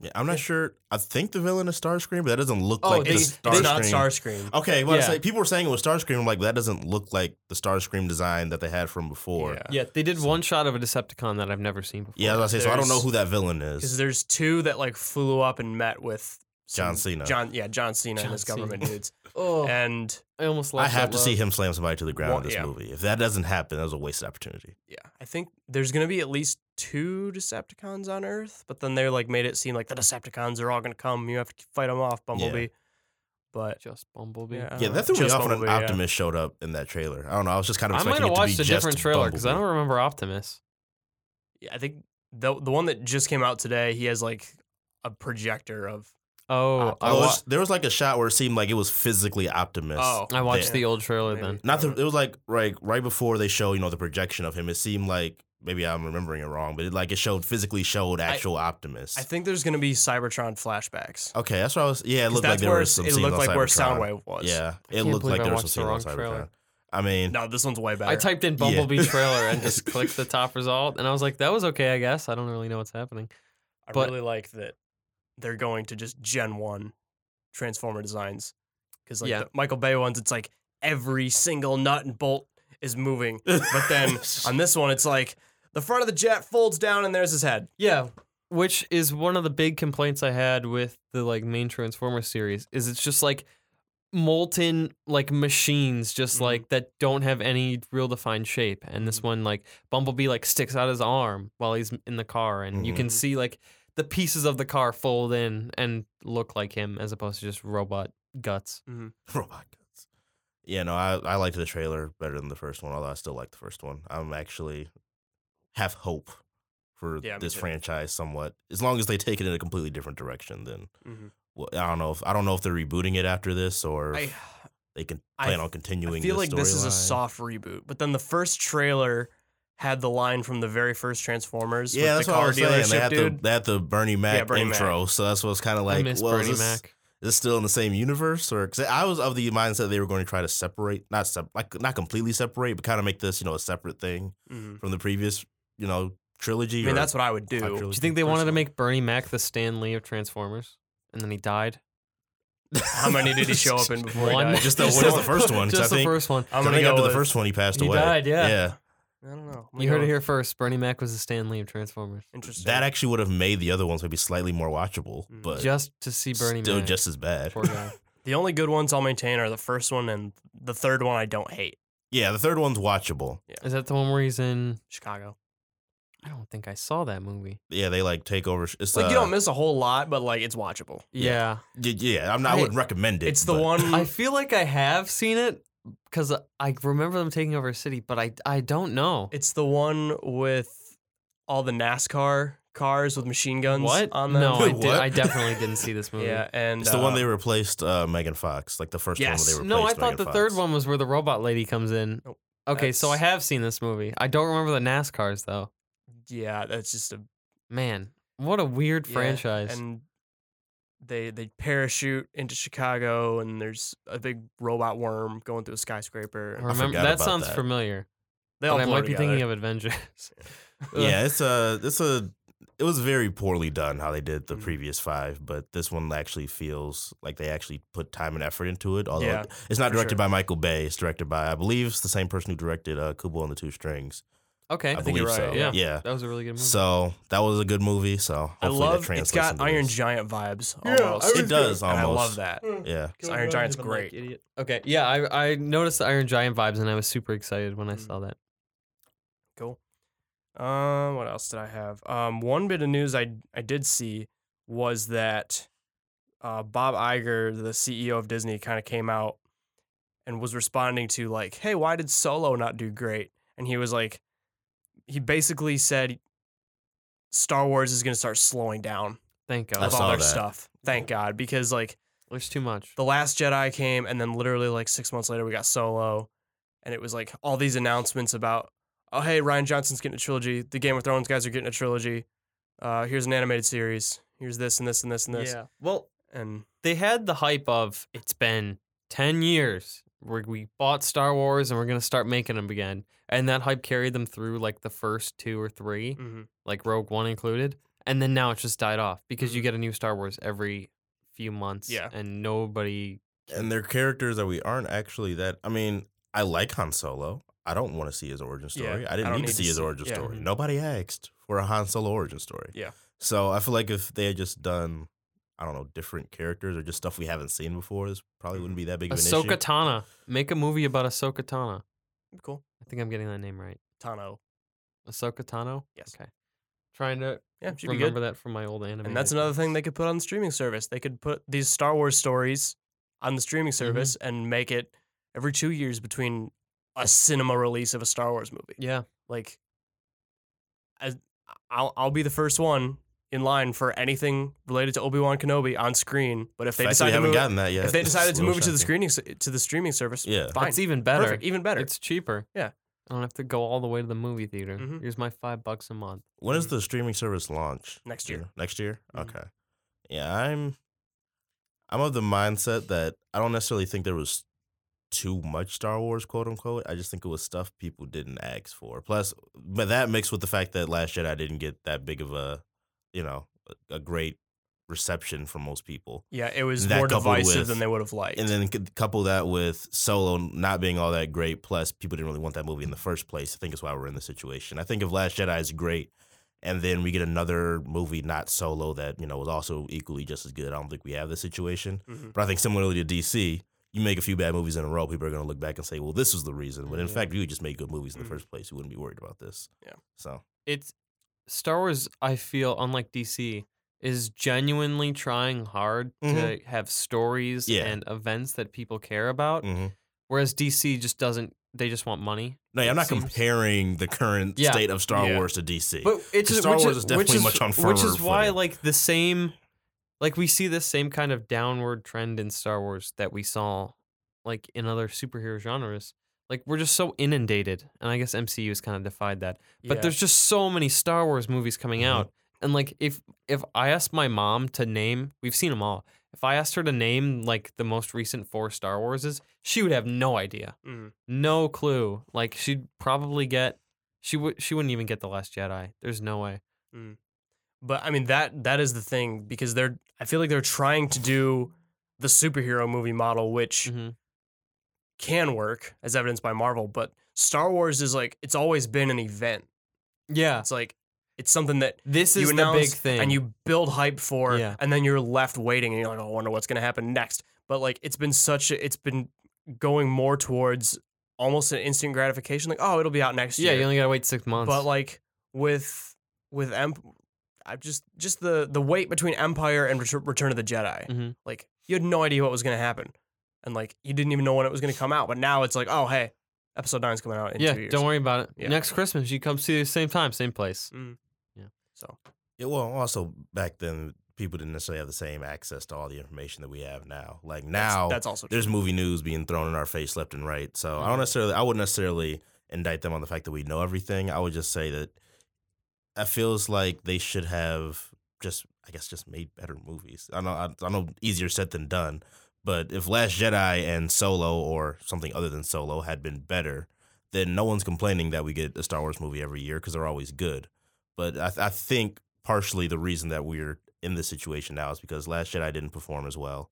B: Yeah, I'm not sure. I think the villain is Starscream, but that doesn't look
C: Oh,
B: like
C: they-
B: the
A: It's, it's not
B: Starscream. Oh,
A: Starscream.
B: Okay, well, I
C: Yeah.
B: say people were saying it was Starscream. I'm like, that doesn't look like the Starscream design that they had from before.
A: Yeah.
C: Yeah, they did
B: So-
C: one shot of a Decepticon that I've never seen before.
B: Yeah, I was gonna say. So I don't know
A: There's-
B: who that villain is.
A: Because there's two that like flew up and met with some-
B: John Cena.
A: John, yeah, John Cena and
C: John
A: his
C: Cena.
A: government dudes,
C: *laughs* Oh,
A: and
C: I almost
B: I
C: lost.
B: have
C: that
B: to
C: love.
B: see him slam somebody to the ground
A: Well,
B: in this
A: yeah.
B: movie. If that doesn't happen, that was a wasted opportunity.
A: Yeah, I think there's gonna be at least two Decepticons on Earth, but then they're like made it seem like the Decepticons are all gonna come. You have to fight them off, Bumblebee. But
C: Just Bumblebee.
A: Yeah.
B: Yeah,
A: Uh,
B: that threw me
A: just
B: off when
A: Bumblebee,
B: an
A: yeah.
B: Optimus showed up in that trailer. I don't know. I was just kind of
C: I might
B: expecting
C: have
B: it to be
C: watched a
B: just
C: different trailer because I
B: Bumblebee.
C: don't remember Optimus.
A: yeah, I think the the one that just came out today, he has like a projector of.
C: Oh,
A: Optimus.
C: I,
B: I
C: wa-
B: was, there was like a shot where it seemed like it was physically Optimus.
A: Oh,
C: I watched
B: Yeah.
C: the old trailer
A: Maybe.
C: then.
B: Not the, it was like right right before they show you know the projection of him. It seemed like maybe I'm remembering it wrong, but it like it showed physically showed actual Optimus.
A: I think there's gonna be Cybertron flashbacks.
B: okay, that's what I was. Yeah, it
A: 'Cause
B: looked like
A: that's
B: there
A: where
B: were
A: it's-
B: some.
A: it
B: scenes
A: looked
B: on
A: like where
B: Cybertron.
A: Soundwave was.
B: Yeah, it
C: can't
B: looked
C: believe
B: like
C: I
B: there was
C: watched
B: some
C: the
B: scenes on
C: wrong
B: Cybertron.
C: trailer.
B: I mean, *laughs*
A: No, this one's way better.
C: I typed in
B: Yeah.
C: Bumblebee trailer
B: *laughs*
C: and just clicked the top result, and I was like, "That was okay, I guess." I don't really know what's happening.
A: I
C: but-
A: really like that they're going to just Gen One Transformer designs because like
C: Yeah.
A: the Michael Bay ones, it's like every single nut and bolt is moving. But
B: *laughs*
C: *laughs*
A: then on this one, it's like the front of the jet folds down and there's his head.
C: Yeah, which is one of the big complaints I had with the like main Transformers series is it's just like molten like machines just
B: Mm-hmm.
A: Mhm.
C: like that don't have any real defined shape and this
A: Mhm.
C: one like Bumblebee like sticks out his arm while he's in the car and you
B: Mm-hmm.
C: can
A: Mhm.
C: see like the pieces of the car fold in and look like him as opposed to just robot guts.
B: *laughs* robot guns. Yeah, no, I I liked the trailer better than the first one, although I still like the first one. I'm actually have hope for
A: Yeah, me
B: this
A: too.
B: franchise somewhat, as long as they take it in a completely different direction than
A: Mhm.
B: well, I don't know if I don't know if they're rebooting it after this or
A: I,
B: if they can
A: I
B: plan
A: f-
B: on continuing.
A: I feel like this is a
B: storyline.
A: soft reboot, but then the first trailer had the line from the very first Transformers.
B: Yeah,
A: with
B: that's
A: the
B: what
A: car
B: I was saying. They
A: dealership
B: had, the,
A: dude.
B: they had the Bernie Mac
A: Bernie Mac.
B: intro, so that's what's kind of like.
C: I miss
B: well,
C: Bernie
B: is this,
C: Mac.
B: Is this still in the same universe, or 'cause I was of the mindset they were going to try to separate, not sep- like not completely separate, but kind of make this you know a separate thing. *laughs*
A: Mhm.
B: from the previous, you know, trilogy.
A: I mean,
B: or
A: that's what I would do.
B: quadrilogy
C: Do you think they wanted to
B: personally.
C: make Bernie Mac the Stan Lee of Transformers and then he died?
A: How many
B: *laughs*
A: did he show up in before? *laughs* he Uh,
C: One.
A: died?
B: Just the-
A: Just
B: just
A: the
B: the first one, 'cause
C: Just the
B: I think-
C: first one.
A: I'm
B: I
A: gonna
B: think
A: go
B: after
A: with
B: the first one, he passed
C: He
B: away.
C: died, yeah.
B: yeah.
A: I don't know. I'm
C: You
A: gonna
C: heard
A: go
C: it here first. Bernie Mac was the Stan Lee of Transformers.
A: Interesting.
B: That actually would have made the other ones maybe slightly more watchable,
A: Mm.
B: but
C: Just to see Bernie
B: still
C: Mac.
B: just as bad.
C: Poor
B: *laughs*
C: guy.
A: the only good ones I'll maintain are the first one and the third one I don't hate.
B: Yeah, the third one's watchable.
C: Is that the one where he's in?
A: Chicago.
C: I don't think I saw that movie.
B: Yeah, they like take over. sh- It's
A: Like you
B: uh,
A: don't miss a whole lot, but like it's watchable.
C: Yeah.
B: y- yeah, I'm not. I,
C: I-
B: wouldn't recommend it.
A: It's the
B: but- *clears throat*
A: one
C: I feel like I have seen it because I remember them taking over a city, but I I don't know.
A: It's the one with all the NASCAR cars with machine guns
C: what?
A: on them.
C: no, I, did,
B: What?
C: I definitely didn't
A: *laughs*
C: see
B: *laughs*
C: this movie.
A: Yeah, and
B: It's the one
A: uh,
B: they replaced uh, Megan Fox, like the first
A: Yes.
B: one they
C: No, I
B: replaced.
C: thought
B: Megan
C: the
B: Fox.
C: third one was where the robot lady comes in.
A: Nope.
C: Okay, so I
A: That's-
C: have seen this movie. I don't remember the NASCARs though.
A: Yeah, that's just a
C: Man, what a weird
A: yeah,
C: franchise.
A: And they they parachute into Chicago, and there's a big robot worm going through a skyscraper.
C: I
A: and
C: remember
B: forgot
C: that
B: about
C: sounds
B: that.
C: familiar.
A: they all
C: but I
A: blur
C: might be
A: together.
C: thinking of *laughs* Avengers. *laughs*
B: Yeah, it's a, it's a, it was very poorly done how they did the
A: Mhm.
B: previous five, but this one actually feels like they actually put time and effort into it. Although
A: Yeah,
B: it's not
A: for
B: directed
A: sure.
B: by Michael Bay, it's directed by I believe it's the same person who directed uh, Kubo and the Two Strings.
C: Uh, Okay,
B: I,
A: think
B: believe
A: you're
B: so.
A: right, Mm-hmm.
B: Yeah.
C: yeah. That was a really good movie.
B: So that was a good movie. So hopefully
A: I
B: that
A: love it's
B: translates
A: got
B: into
A: Iron
B: this.
A: Giant vibes.
C: Yeah, I
A: Almost.
C: was
B: It does
A: And I
B: almost.
A: love that.
B: Yeah.
A: 'Cause Iron Giant's great.
C: Okay, yeah, I I noticed the Iron Giant vibes and I was super excited when I
A: Mm.
C: saw that.
A: Cool. Um, what else did I have? Um, one bit of news I I did see was that uh, Bob Iger, the CEO of Disney, kind of came out and was responding to like, "Hey, why did Solo not do great?" And he was like, he basically said, "Star Wars is going to start slowing down
C: Thank God.
B: I
A: with
B: saw
A: all their
B: that.
A: stuff." Thank God, because like
C: There's too much.
A: the Last Jedi came, and then literally like six months later, we got Solo, and it was like all these announcements about, oh hey, Ryan Johnson's getting a trilogy. The Game of Thrones guys are getting a trilogy. Uh, here's an animated series. Here's this and this and this and this.
C: Well,
A: And
C: they had the hype of it's been 10 years where we bought Star Wars and we're going to start making them again. And that hype carried them through like the first two or three,
A: mhm.
C: like Rogue One included. And then now it's just died off because you get a new Star Wars every few months.
A: Mm-hmm. Yeah.
C: And nobody.
B: and they're characters that we aren't actually that. I mean, I like Han Solo. I don't want to see his origin
A: Yeah,
B: story. I
A: I
B: didn't
A: don't
B: need to see his origin
A: yeah. mhm.
B: story. Nobody asked for a Han Solo origin story.
A: Yeah.
B: So I feel like if they had just done, I don't know, different characters or just stuff we haven't seen before, this probably
A: Mm-hmm.
B: wouldn't be that big of an issue.
C: Ahsoka Tana. Make a movie about Ahsoka Tana.
A: cool.
C: I think I'm getting that name right.
A: Tano.
C: Ahsoka Tano?
A: Yes.
C: Okay. Trying to
A: Yeah, should be
C: remember
A: good.
C: that from my old anime.
A: And that's another thing they could put on the streaming service. They could put these Star Wars stories on the streaming service and make it every two years between a cinema release of a Star Wars movie.
C: Yeah.
A: like as I'll I'll be the first one in line for anything related to Obi Wan Kenobi on screen. But if
B: They
A: they decide to
B: haven't
A: move, it-
B: gotten that yet.
A: if they
B: *laughs* It's
A: decided
B: a
A: to
B: little
A: move it to the
B: shocking.
A: screening s- to the streaming service,
B: Yeah.
A: fine,
C: It's even better.
A: perfect, even better.
C: It's cheaper.
A: Yeah.
C: I don't have to go all the way to the movie theater.
A: Mhm.
C: Here's my five bucks a month.
B: When is the streaming service launch?
A: Mm. Next
B: Do you
A: year.
B: know? Next year?
A: Mhm.
B: Okay. Yeah, I'm I'm of the mindset that I don't necessarily think there was too much Star Wars, quote unquote. I just think it was stuff people didn't ask for. Plus, but that mixed with the fact that Last Jedi didn't get that big of a, you know, a, a great reception from most people.
A: yeah, it was
B: That
A: more
B: coupled
A: divisive
B: with-
A: than they would have liked.
B: And then c- couple that with Solo not being all that great, plus people didn't really want that movie in the first place. I think it's why we're in this situation. I think if Last Jedi is great, and then we get another movie not Solo that you know was also equally just as good. I don't think we have this situation.
C: Mm-hmm.
A: Mhm.
B: But I think similarly to DC, you make a few bad movies in a row, people are going to look back and say, "Well, this was the reason." But in
C: Yeah. Mm-hmm.
B: fact, if you just made good movies in the
A: Mhm.
B: first place, you wouldn't be worried about this.
A: Yeah.
B: So
C: It's Star Wars, I feel, unlike DC, is genuinely trying hard
B: Mhm.
C: to have stories
B: Yeah.
C: and events that people care about.
B: mhm.
C: Whereas DC just doesn't they just want money.
B: no, yeah,
C: It
B: I'm not
C: seems-
B: comparing the current
C: Yeah.
B: state of Star
A: Yeah.
B: Wars to DC.
C: But it's
B: Eh, Star
C: which
B: Wars is definitely
C: which is,
B: much on
C: Which is
B: firmer
C: why,
B: footing.
C: like the same, like we see this same kind of downward trend in Star Wars that we saw, like in other superhero genres. Like we're just so inundated, and I guess MCU has kind of defied that. But
A: Yeah. Mm-hmm.
C: there's just so many Star Wars movies coming
B: Mhm.
C: out, and like if if I asked my mom to name, we've seen them all. If I asked her to name like the most recent four Star Warses, she would have no idea
A: Mhm.
C: no clue. Like she'd probably get she would she wouldn't even get the Last Jedi. There's no way.
A: But I mean that that is the thing because they're I feel like they're trying to do
B: Mm-hmm.
A: the superhero movie model, which
C: Mhm.
A: can work as evidenced by Marvel, but Star Wars is like it's always been an event.
C: Yeah.
A: It's like it's something that
C: This is
A: you
C: the
A: announce
C: big thing.
A: and you build hype for,
C: Yeah.
A: and then you're left waiting, and you're like, oh, I wonder what's gonna happen next. But like, it's been such, a, it's been going more towards almost an instant gratification, like, oh, it'll be out next
C: Yeah,
A: year.
C: you only gotta wait six months.
A: but like with with Em, I just just the the wait between Empire and Retu- Return of the Jedi,
C: Mhm.
A: like you had no idea what was gonna happen, and like you didn't even know when it was gonna come out. But now it's like, oh, hey, Episode Nine's coming out in
C: yeah,
A: two years.
C: don't worry about it.
A: Yeah.
C: Next Christmas you come see the same time, same place.
A: So
B: Yeah, well, also back then people didn't necessarily have the same access to all the information that we have now. Like
A: that's-
B: now,
A: that's also true.
B: there's movie news being thrown in our face left and right. So I don't necessarily, I wouldn't necessarily indict them on the fact that we know everything. I would just say that it feels like they should have just, I guess, just made better movies. I know, I, I know, easier said than done. But if Last Jedi and Solo or something other than Solo had been better, then no one's complaining that we get a Star Wars movie every year because they're always good. But I, I think partially the reason that we're in this situation now is because Last Jedi didn't perform as well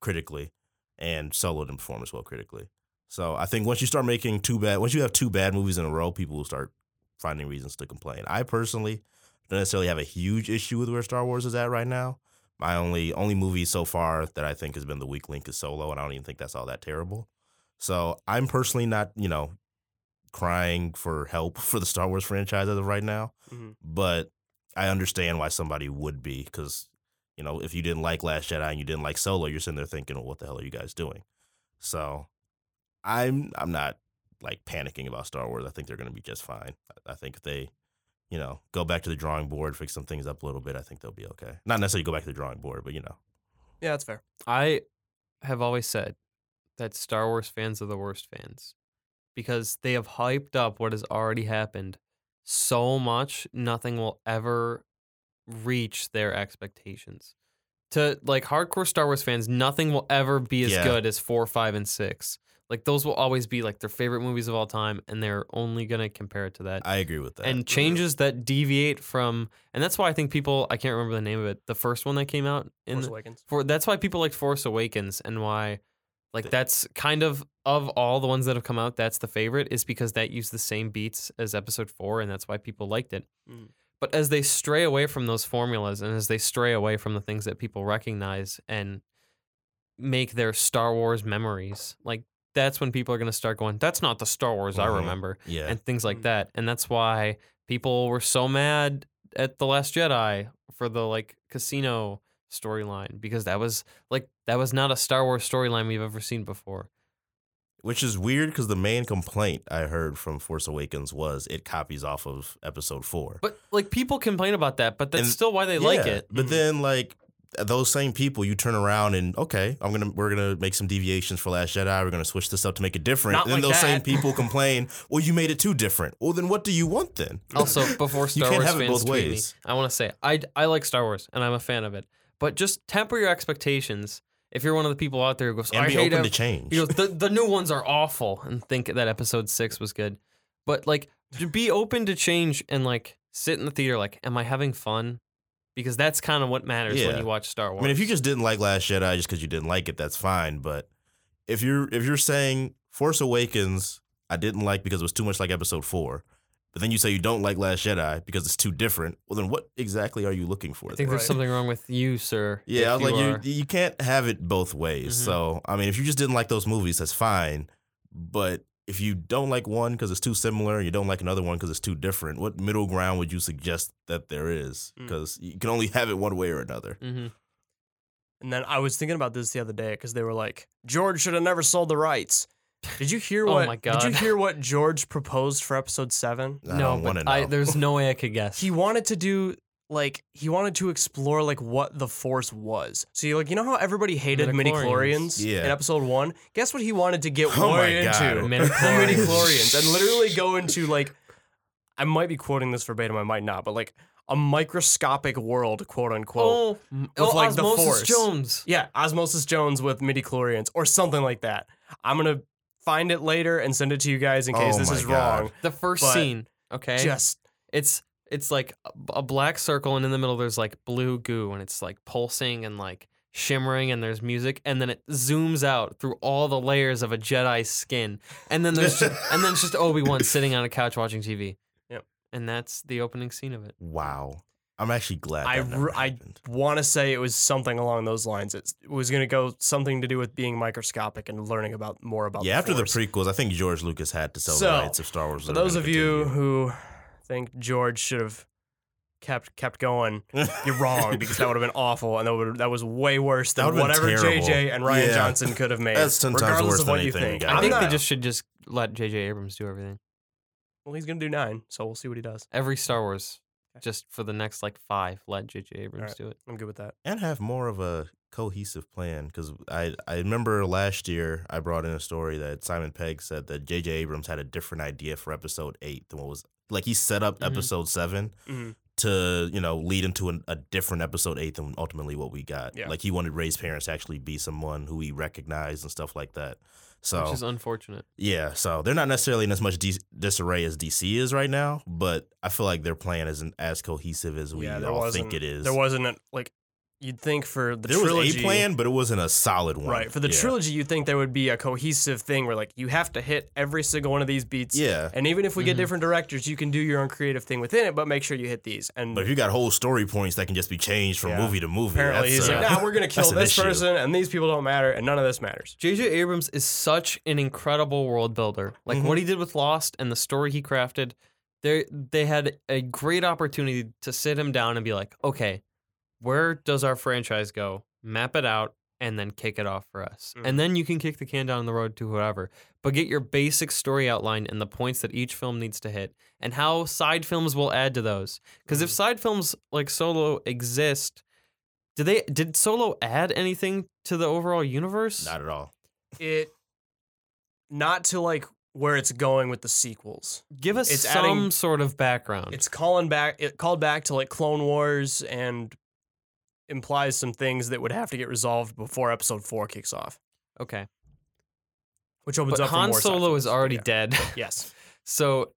B: critically and Solo didn't perform as well critically. So I think once you start making two bad, once you have two bad movies in a row, people will start finding reasons to complain. I personally don't necessarily have a huge issue with where Star Wars is at right now. My only only movie so far that I think has been the weak link is Solo, and I don't even think that's all that terrible. So I'm personally not, you know, crying for help *laughs* for the Star Wars franchise as of right now,
A: Mhm.
B: but I understand why somebody would be because, you know, if you didn't like Last Jedi and you didn't like Solo, you're sitting there thinking, well, what the hell are you guys doing? So I'm I'm not like panicking about Star Wars. I think they're going to be just fine. I, I think if they, you know, go back to the drawing board, fix some things up a little bit, I think they'll be okay. Not necessarily go back to the drawing board, but you know,
A: yeah, that's fair.
C: I have always said that Star Wars fans are the worst fans because they have hyped up what has already happened so much, nothing will ever reach their expectations. To like hardcore Star Wars fans, nothing will ever be as
B: Yeah.
C: good as four, five, and six. Like those will always be like their favorite movies of all time, and they're only gonna compare it to that
B: I Mm-hmm. agree with that.
C: and changes that deviate from and that's why I think people I can't remember the name of it the first one that came out in
A: Force
C: the,
A: Awakens.
C: for that's why people like Force Awakens and why like
B: Th-
C: that's kind of of all the ones that have come out that's the favorite is because that used the same beats as episode 4 and that's why people liked it.
A: Mm.
C: But as they stray away from those formulas and as they stray away from the things that people recognize and make their Star Wars memories, like that's when people are going to start going that's not the Star Wars I
A: Mm-hmm.
B: Mhm.
C: remember
B: yeah,
C: and things like
A: Mm.
C: that. And that's why people were so mad at The Last Jedi for the like casino storyline because that was like that was not a Star Wars storyline we've ever seen before.
B: which is weird because the main complaint I heard from Force Awakens was it copies off of Episode Four.
C: But like people complain about that, but that's
B: And-
C: still why they like
B: Yeah,
C: it. Mm.
B: But
A: Mhm.
B: then like those same people, you turn around and okay, I'm gonna we're gonna make some deviations for Last Jedi. We're gonna switch this up to make it different.
A: Not
B: and then
A: like
B: those same
A: that.
C: *laughs*
B: people complain, well, you made it too different. Well, then what do you want then? *laughs*
C: Also, before Star
B: can't
C: Wars
B: have it
C: fans
B: both
C: tweet
B: ways.
C: me, I want to say I I like Star Wars and I'm a fan of it, but just temper your expectations. If you're one of the people out there who goes,
B: and
C: I
B: be
C: hate
B: open to
C: ev-
B: change.
C: you know, the, the new ones are awful and think that episode six was good. But like to be open to change and like sit in the theater like, am I having fun? Because that's kind of what matters when
B: Yeah.
C: you watch Star Wars.
B: I mean, if you just didn't like Last Jedi just because you didn't like it, that's fine. But if you're if you're saying Force Awakens, I didn't like because it was too much like Episode Four, but then you say you don't like Last Jedi because it's too different. Well, then what exactly are you looking for?
C: I think
A: Right.
C: there's something wrong with you, sir.
B: Yeah, I
C: if
B: was like,
C: you
B: you,
C: are-
B: you, can't have it both ways.
A: Mm-hmm.
C: Mhm.
B: So, I mean, if you just didn't like those movies, that's fine. But if you don't like one because it's too similar, and you don't like another one because it's too different, what middle ground would you suggest that there is?
A: Mm.
B: Because you can only have it one way or another.
C: Mhm.
A: And then I was thinking about this the other day because they were like, George should have never sold the rights. Did you hear
C: *laughs* Oh
A: what?
C: my
A: Did
C: God.
A: you hear what George proposed for episode seven?
B: I
C: no,
B: don't want to
C: but
B: know.
C: I, there's no
B: *laughs*
C: way I could guess. *laughs*
A: He wanted to do like he wanted to explore like what the Force was. So you like you know how everybody hated mini
C: Midichlorians.
A: chlorians
B: Yeah.
A: in episode one. Guess what he wanted to get
B: *laughs* Oh my
A: Roy
B: God.
A: into?
C: Midi-
A: The midichlorians and literally go into like I might be quoting this verbatim, I might not, but like a microscopic world, quote unquote.
C: oh, m- oh,
A: like, the
C: Osmosis
A: Force.
C: Jones.
A: Yeah, Osmosis Jones with midi chlorians or something like that. I'm gonna find it later and send it to you guys in case
B: Oh
A: this
B: my
A: is
B: God.
A: wrong.
C: The first
A: But
C: scene. Okay.
A: Just
C: it's it's like a- a black circle and in the middle there's like blue goo and it's like pulsing and like shimmering and there's music and then it zooms out through all the layers of a Jedi's skin and then there's ju- and then it's just Obi-Wan sitting on a couch watching TV.
A: Yep.
C: And that's the opening scene of it.
B: Wow. I'm actually glad.
A: I
B: That never
A: re- I-
B: happened.
A: Want to say it was something along those lines. It's, it was going to go something to do with being microscopic and learning about more about.
B: yeah. After
A: the Force.
B: the prequels, I think George Lucas had to sell
A: So,
B: the rights of Star Wars.
A: For
B: that are
A: those
B: gonna
A: of you
B: continue.
A: who think George should have kept kept going, you're
B: *laughs*
A: wrong because that would have been awful, and that would that was way worse
B: That
A: than
B: would've been
A: whatever
B: terrible.
A: JJ and Ryan
B: Yeah.
A: Johnson could have made.
B: That's 10 times
A: regardless
B: worse
A: of what
B: than
A: you
B: anything
A: think.
B: we got.
C: I
A: I'm
C: think
A: not,
C: they just should just let J.J. Abrams do everything.
A: well, he's gonna do nine, so we'll see what he does.
C: Every Star Wars,
A: Okay.
C: just for the next like five, let J.J. Abrams
A: Alright.
C: do it.
A: I'm good with that.
B: and have more of a cohesive plan because I I remember last year I brought in a story that Simon Pegg said that J.J. Abrams had a different idea for Episode Eight than what was like he set up
A: Mm-hmm.
C: Mhm.
B: Episode Seven
A: Mhm.
B: to you know lead into an, a different Episode Eight than ultimately what we got.
A: Yeah.
B: Like he wanted Ray's parents to actually be someone who he recognized and stuff like that. So
C: Which is unfortunate.
B: yeah, so they're not necessarily in as much dis- disarray as DC is right now, but I feel like their plan isn't as cohesive as we
A: Yeah, there
B: all
A: wasn't-
B: think it is.
A: There wasn't a, like you'd think for the
B: there
A: trilogy.
B: was a plan, but it wasn't a solid one.
A: Right for the
B: yeah.
A: trilogy, you'd think there would be a cohesive thing where like you have to hit every single one of these beats.
B: Yeah, Mm-hmm.
A: And even if we get
C: Mhm.
A: different directors, you can do your own creative thing within it, but make sure you hit these. And
B: but if you got whole story points that can just be changed from
A: Yeah.
B: movie to movie,
A: apparently
B: that's,
A: he's
B: uh,
A: like, nah, we're gonna kill
B: *laughs* that's an
A: this
B: issue.
A: person, and these people don't matter, and none of this matters.
C: J.J. Abrams is such an incredible world builder. Like what he did with Lost and the story he crafted, they they had a great opportunity to sit him down and be like, okay, where does our franchise go? Map it out and then kick it off for us.
A: Mhm.
C: And then you can kick the can down the road to whoever. But get your basic story outlined and the points that each film needs to hit and how side films will add to those. Because if
A: Mhm.
C: side films like Solo exist, did they did Solo add anything to the overall universe?
B: *laughs* Not at all.
A: It not to like where it's going with the sequels.
C: Give us
A: It's
C: some
A: adding-
C: sort of background.
A: It's calling back it called back to like Clone Wars and implies some things that would have to get resolved before episode four kicks off.
C: okay,
A: Which opens
C: but
A: up for
C: Han
A: more side
C: Solo
A: films,
C: is
A: but
C: already
A: yeah.
C: dead, *laughs*
A: Yes.
C: so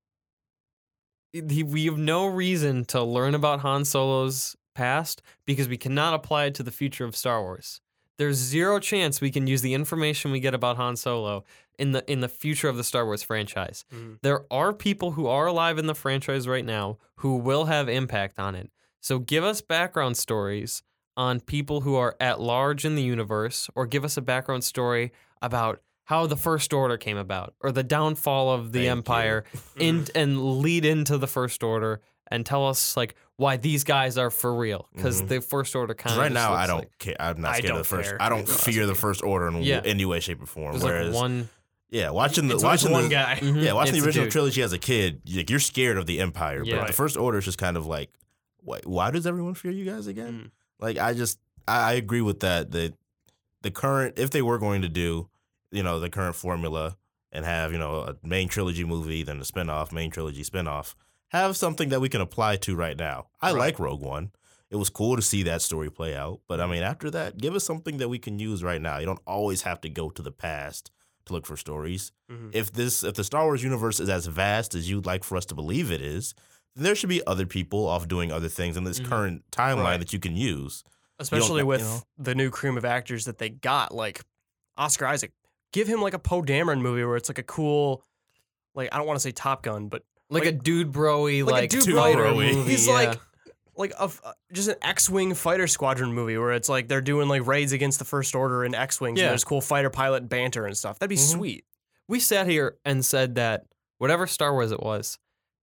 C: he, we have no reason to learn about Han Solo's past because we cannot apply it to the future of Star Wars. There's zero chance we can use the information we get about Han Solo in the in the future of the Star Wars franchise.
A: Mhm.
C: There are people who are alive in the franchise right now who will have impact on it. So give us background stories on people who are at large in the universe, or give us a background story about how the First Order came about, or the downfall of the
B: Thank you.
C: Empire,
B: *laughs*
C: in, and lead into the First Order and tell us like why these guys are for real because
B: Mhm.
C: the First Order kind
B: 'Cause
C: of
B: right now, I don't care. I'm not
A: I
B: scared
A: don't
B: of the first.
A: care.
B: I don't
A: Yeah.
B: fear the first order in
C: Yeah.
B: any way, shape, or form.
C: There's
B: Whereas,
C: like one.
B: yeah, watching the
A: It's always
B: watching
A: one
B: the,
A: guy.
C: Mhm,
B: Yeah, watching
C: it's
B: the
C: a
B: original
C: dude.
B: trilogy as a kid, like you're scared of the Empire,
C: Yeah.
B: but the First Order is just kind of like, why, why does everyone fear you guys again?
A: Mm.
B: Like, I just, I, I agree with that. That the current, if they were going to do, you know, the current formula and have, you know, a main trilogy movie, then a spinoff, main trilogy spinoff, have something that we can apply to right now. I
A: Right.
B: like Rogue One. It was cool to see that story play out, but I mean, after that, give us something that we can use right now. You don't always have to go to the past to look for stories
A: Mhm.
B: if this if the Star Wars universe is as vast as you'd like for us to believe it is, then there should be other people off doing other things in this
C: Mhm.
B: current timeline
A: Right.
B: that you can use.
A: *laughs* especially
B: you
A: with
B: know?
A: the new cream of actors that they got, like Oscar Isaac. Give him like a Poe Dameron movie where it's like a cool, like I don't want to say Top Gun, but
C: like, a dude broy
A: like a
C: like,
A: dude
C: fighter
B: *laughs* broy.
C: movie,
A: he's
C: yeah.
A: like like a f- uh, just an X-wing fighter squadron movie where it's like they're doing like raids against the First Order in X-wings.
C: Yeah. Mm-hmm.
A: and There's cool fighter pilot banter and stuff. That'd be
B: Mhm.
A: sweet.
C: we sat here and said that whatever Star Wars it was,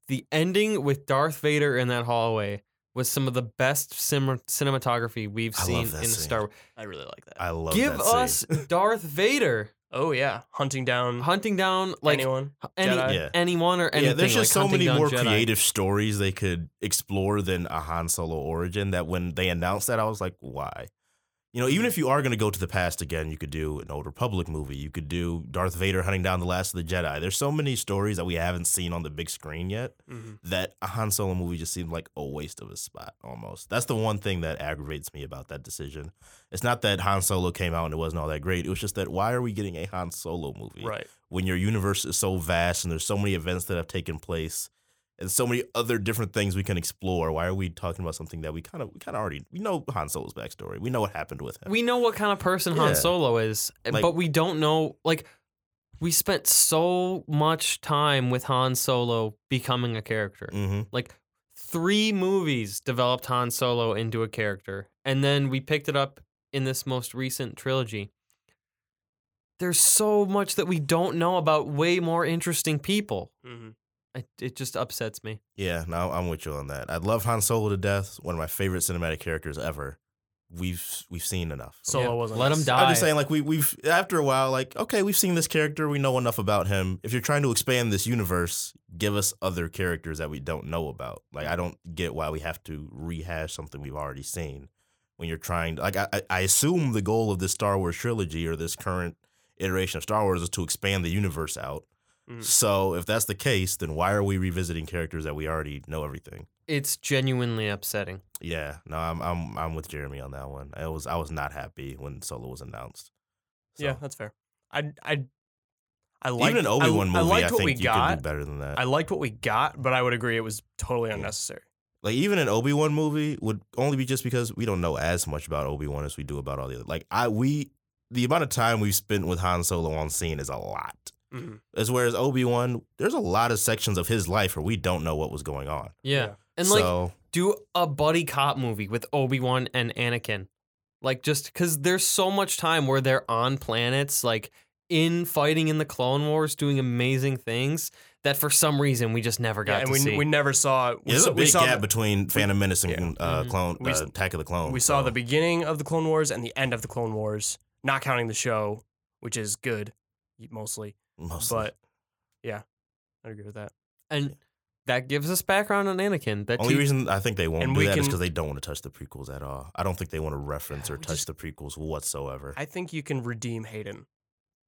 C: the ending with Darth Vader in that hallway was some of the best cin- cinematography we've
B: I love
C: seen in
B: that
C: the
B: scene.
C: Star Wars.
A: I really like that.
B: I love
C: Give
B: that
C: us
B: scene. Mm-hmm.
C: Darth
B: *laughs*
C: Vader
A: oh yeah, hunting down
C: hunting down like
A: anyone.
C: any,
A: Jedi.
B: Yeah.
C: anyone or anything.
B: yeah, there's just
C: like,
B: so
C: hunting
B: many
C: down
B: more
C: Jedi.
B: creative stories they could explore than a Han Solo origin. That when they announced that, I was like, why? You know, even if you are going to go to the past again, you could do an old Republic movie. You could do Darth Vader hunting down the last of the Jedi. There's so many stories that we haven't seen on the big screen yet.
A: Mhm.
B: that a Han Solo movie just seemed like a waste of a spot almost. That's the one thing that aggravates me about that decision. It's not that Han Solo came out and it wasn't all that great. It was just that why are we getting a Han Solo movie
A: Right.
B: when your universe is so vast and there's so many events that have taken place and so many other different things we can explore. Why are we talking about something that we kind of we kind of already we know Han Solo's backstory. We know what happened with him.
C: We know what kind of person Han
B: Yeah.
C: Solo is, eh,
B: Like-
C: but we don't know. Like, we spent so much time with Han Solo becoming a character.
B: hmm
C: Like, three movies developed Han Solo into a character, and then we picked it up in this most recent trilogy. There's so much that we don't know about way more interesting people.
A: hmm
C: I, it just upsets me.
B: Yeah, no, I'm with you on that. I love Han Solo to death. One of my favorite cinematic characters ever. We've we've seen enough.
A: Solo
C: Yeah,
A: wasn't.
C: let him
A: us.
C: die.
B: I'm just saying, like we we've after a while, like okay, we've seen this character, we know enough about him. If you're trying to expand this universe, give us other characters that we don't know about. Like I don't get why we have to rehash something we've already seen. When you're trying, like I, I- I assume the goal of this Star Wars trilogy or this current iteration of Star Wars is to expand the universe out.
A: Mhm.
B: So if that's the case, then why are we revisiting characters that we already know everything?
C: It's genuinely upsetting.
B: Yeah, no, I'm I'm I'm with Jeremy on that one. I was I was not happy when Solo was announced. So.
A: Yeah, that's fair. I I I liked
B: Even an
A: I-
B: Obi Wan movie,
A: I
B: I,
A: liked what
B: think
A: we
B: you
A: got.
B: could do better than that.
A: I liked what we got, but I would agree it was totally
B: Yeah.
A: unnecessary.
B: like even an Obi Wan movie would only be just because we don't know as much about Obi Wan as we do about all the other. Like I we the amount of time we've spent with Han Solo on scene is a lot.
A: Mhm.
B: As whereas Obi Wan, there's a lot of sections of his life where we don't know what was going on.
C: Yeah.
A: Yeah.
C: And like
B: so
C: do a buddy cop movie with Obi-Wan and Anakin. Like just cuz there's so much time where they're on planets like in fighting in the Clone Wars doing amazing things that for some reason we just never got
A: Yeah, and
C: to
A: we,
C: see.
A: we never saw. We
B: yeah, there's
A: saw,
B: a
A: we
B: big
A: saw
B: gap
A: the,
B: between Phantom Menace and
A: yeah.
B: uh,
C: Mhm.
B: Clone
A: We
B: uh,
A: s-
B: Attack of the Clones.
A: we saw
B: so-
A: the beginning of the Clone Wars and the end of the Clone Wars, not counting the show, which is good mostly.
B: mostly.
A: But yeah, I agree with that.
C: and that gives us background on Anakin that
B: Only
C: te-
B: reason I think they won't
A: And
B: do
A: we
B: that is
A: can-
B: because they don't want to touch the prequels at all. I don't think they want to reference or
A: We
B: touch
A: just-
B: the prequels whatsoever.
A: I think you can redeem Hayden.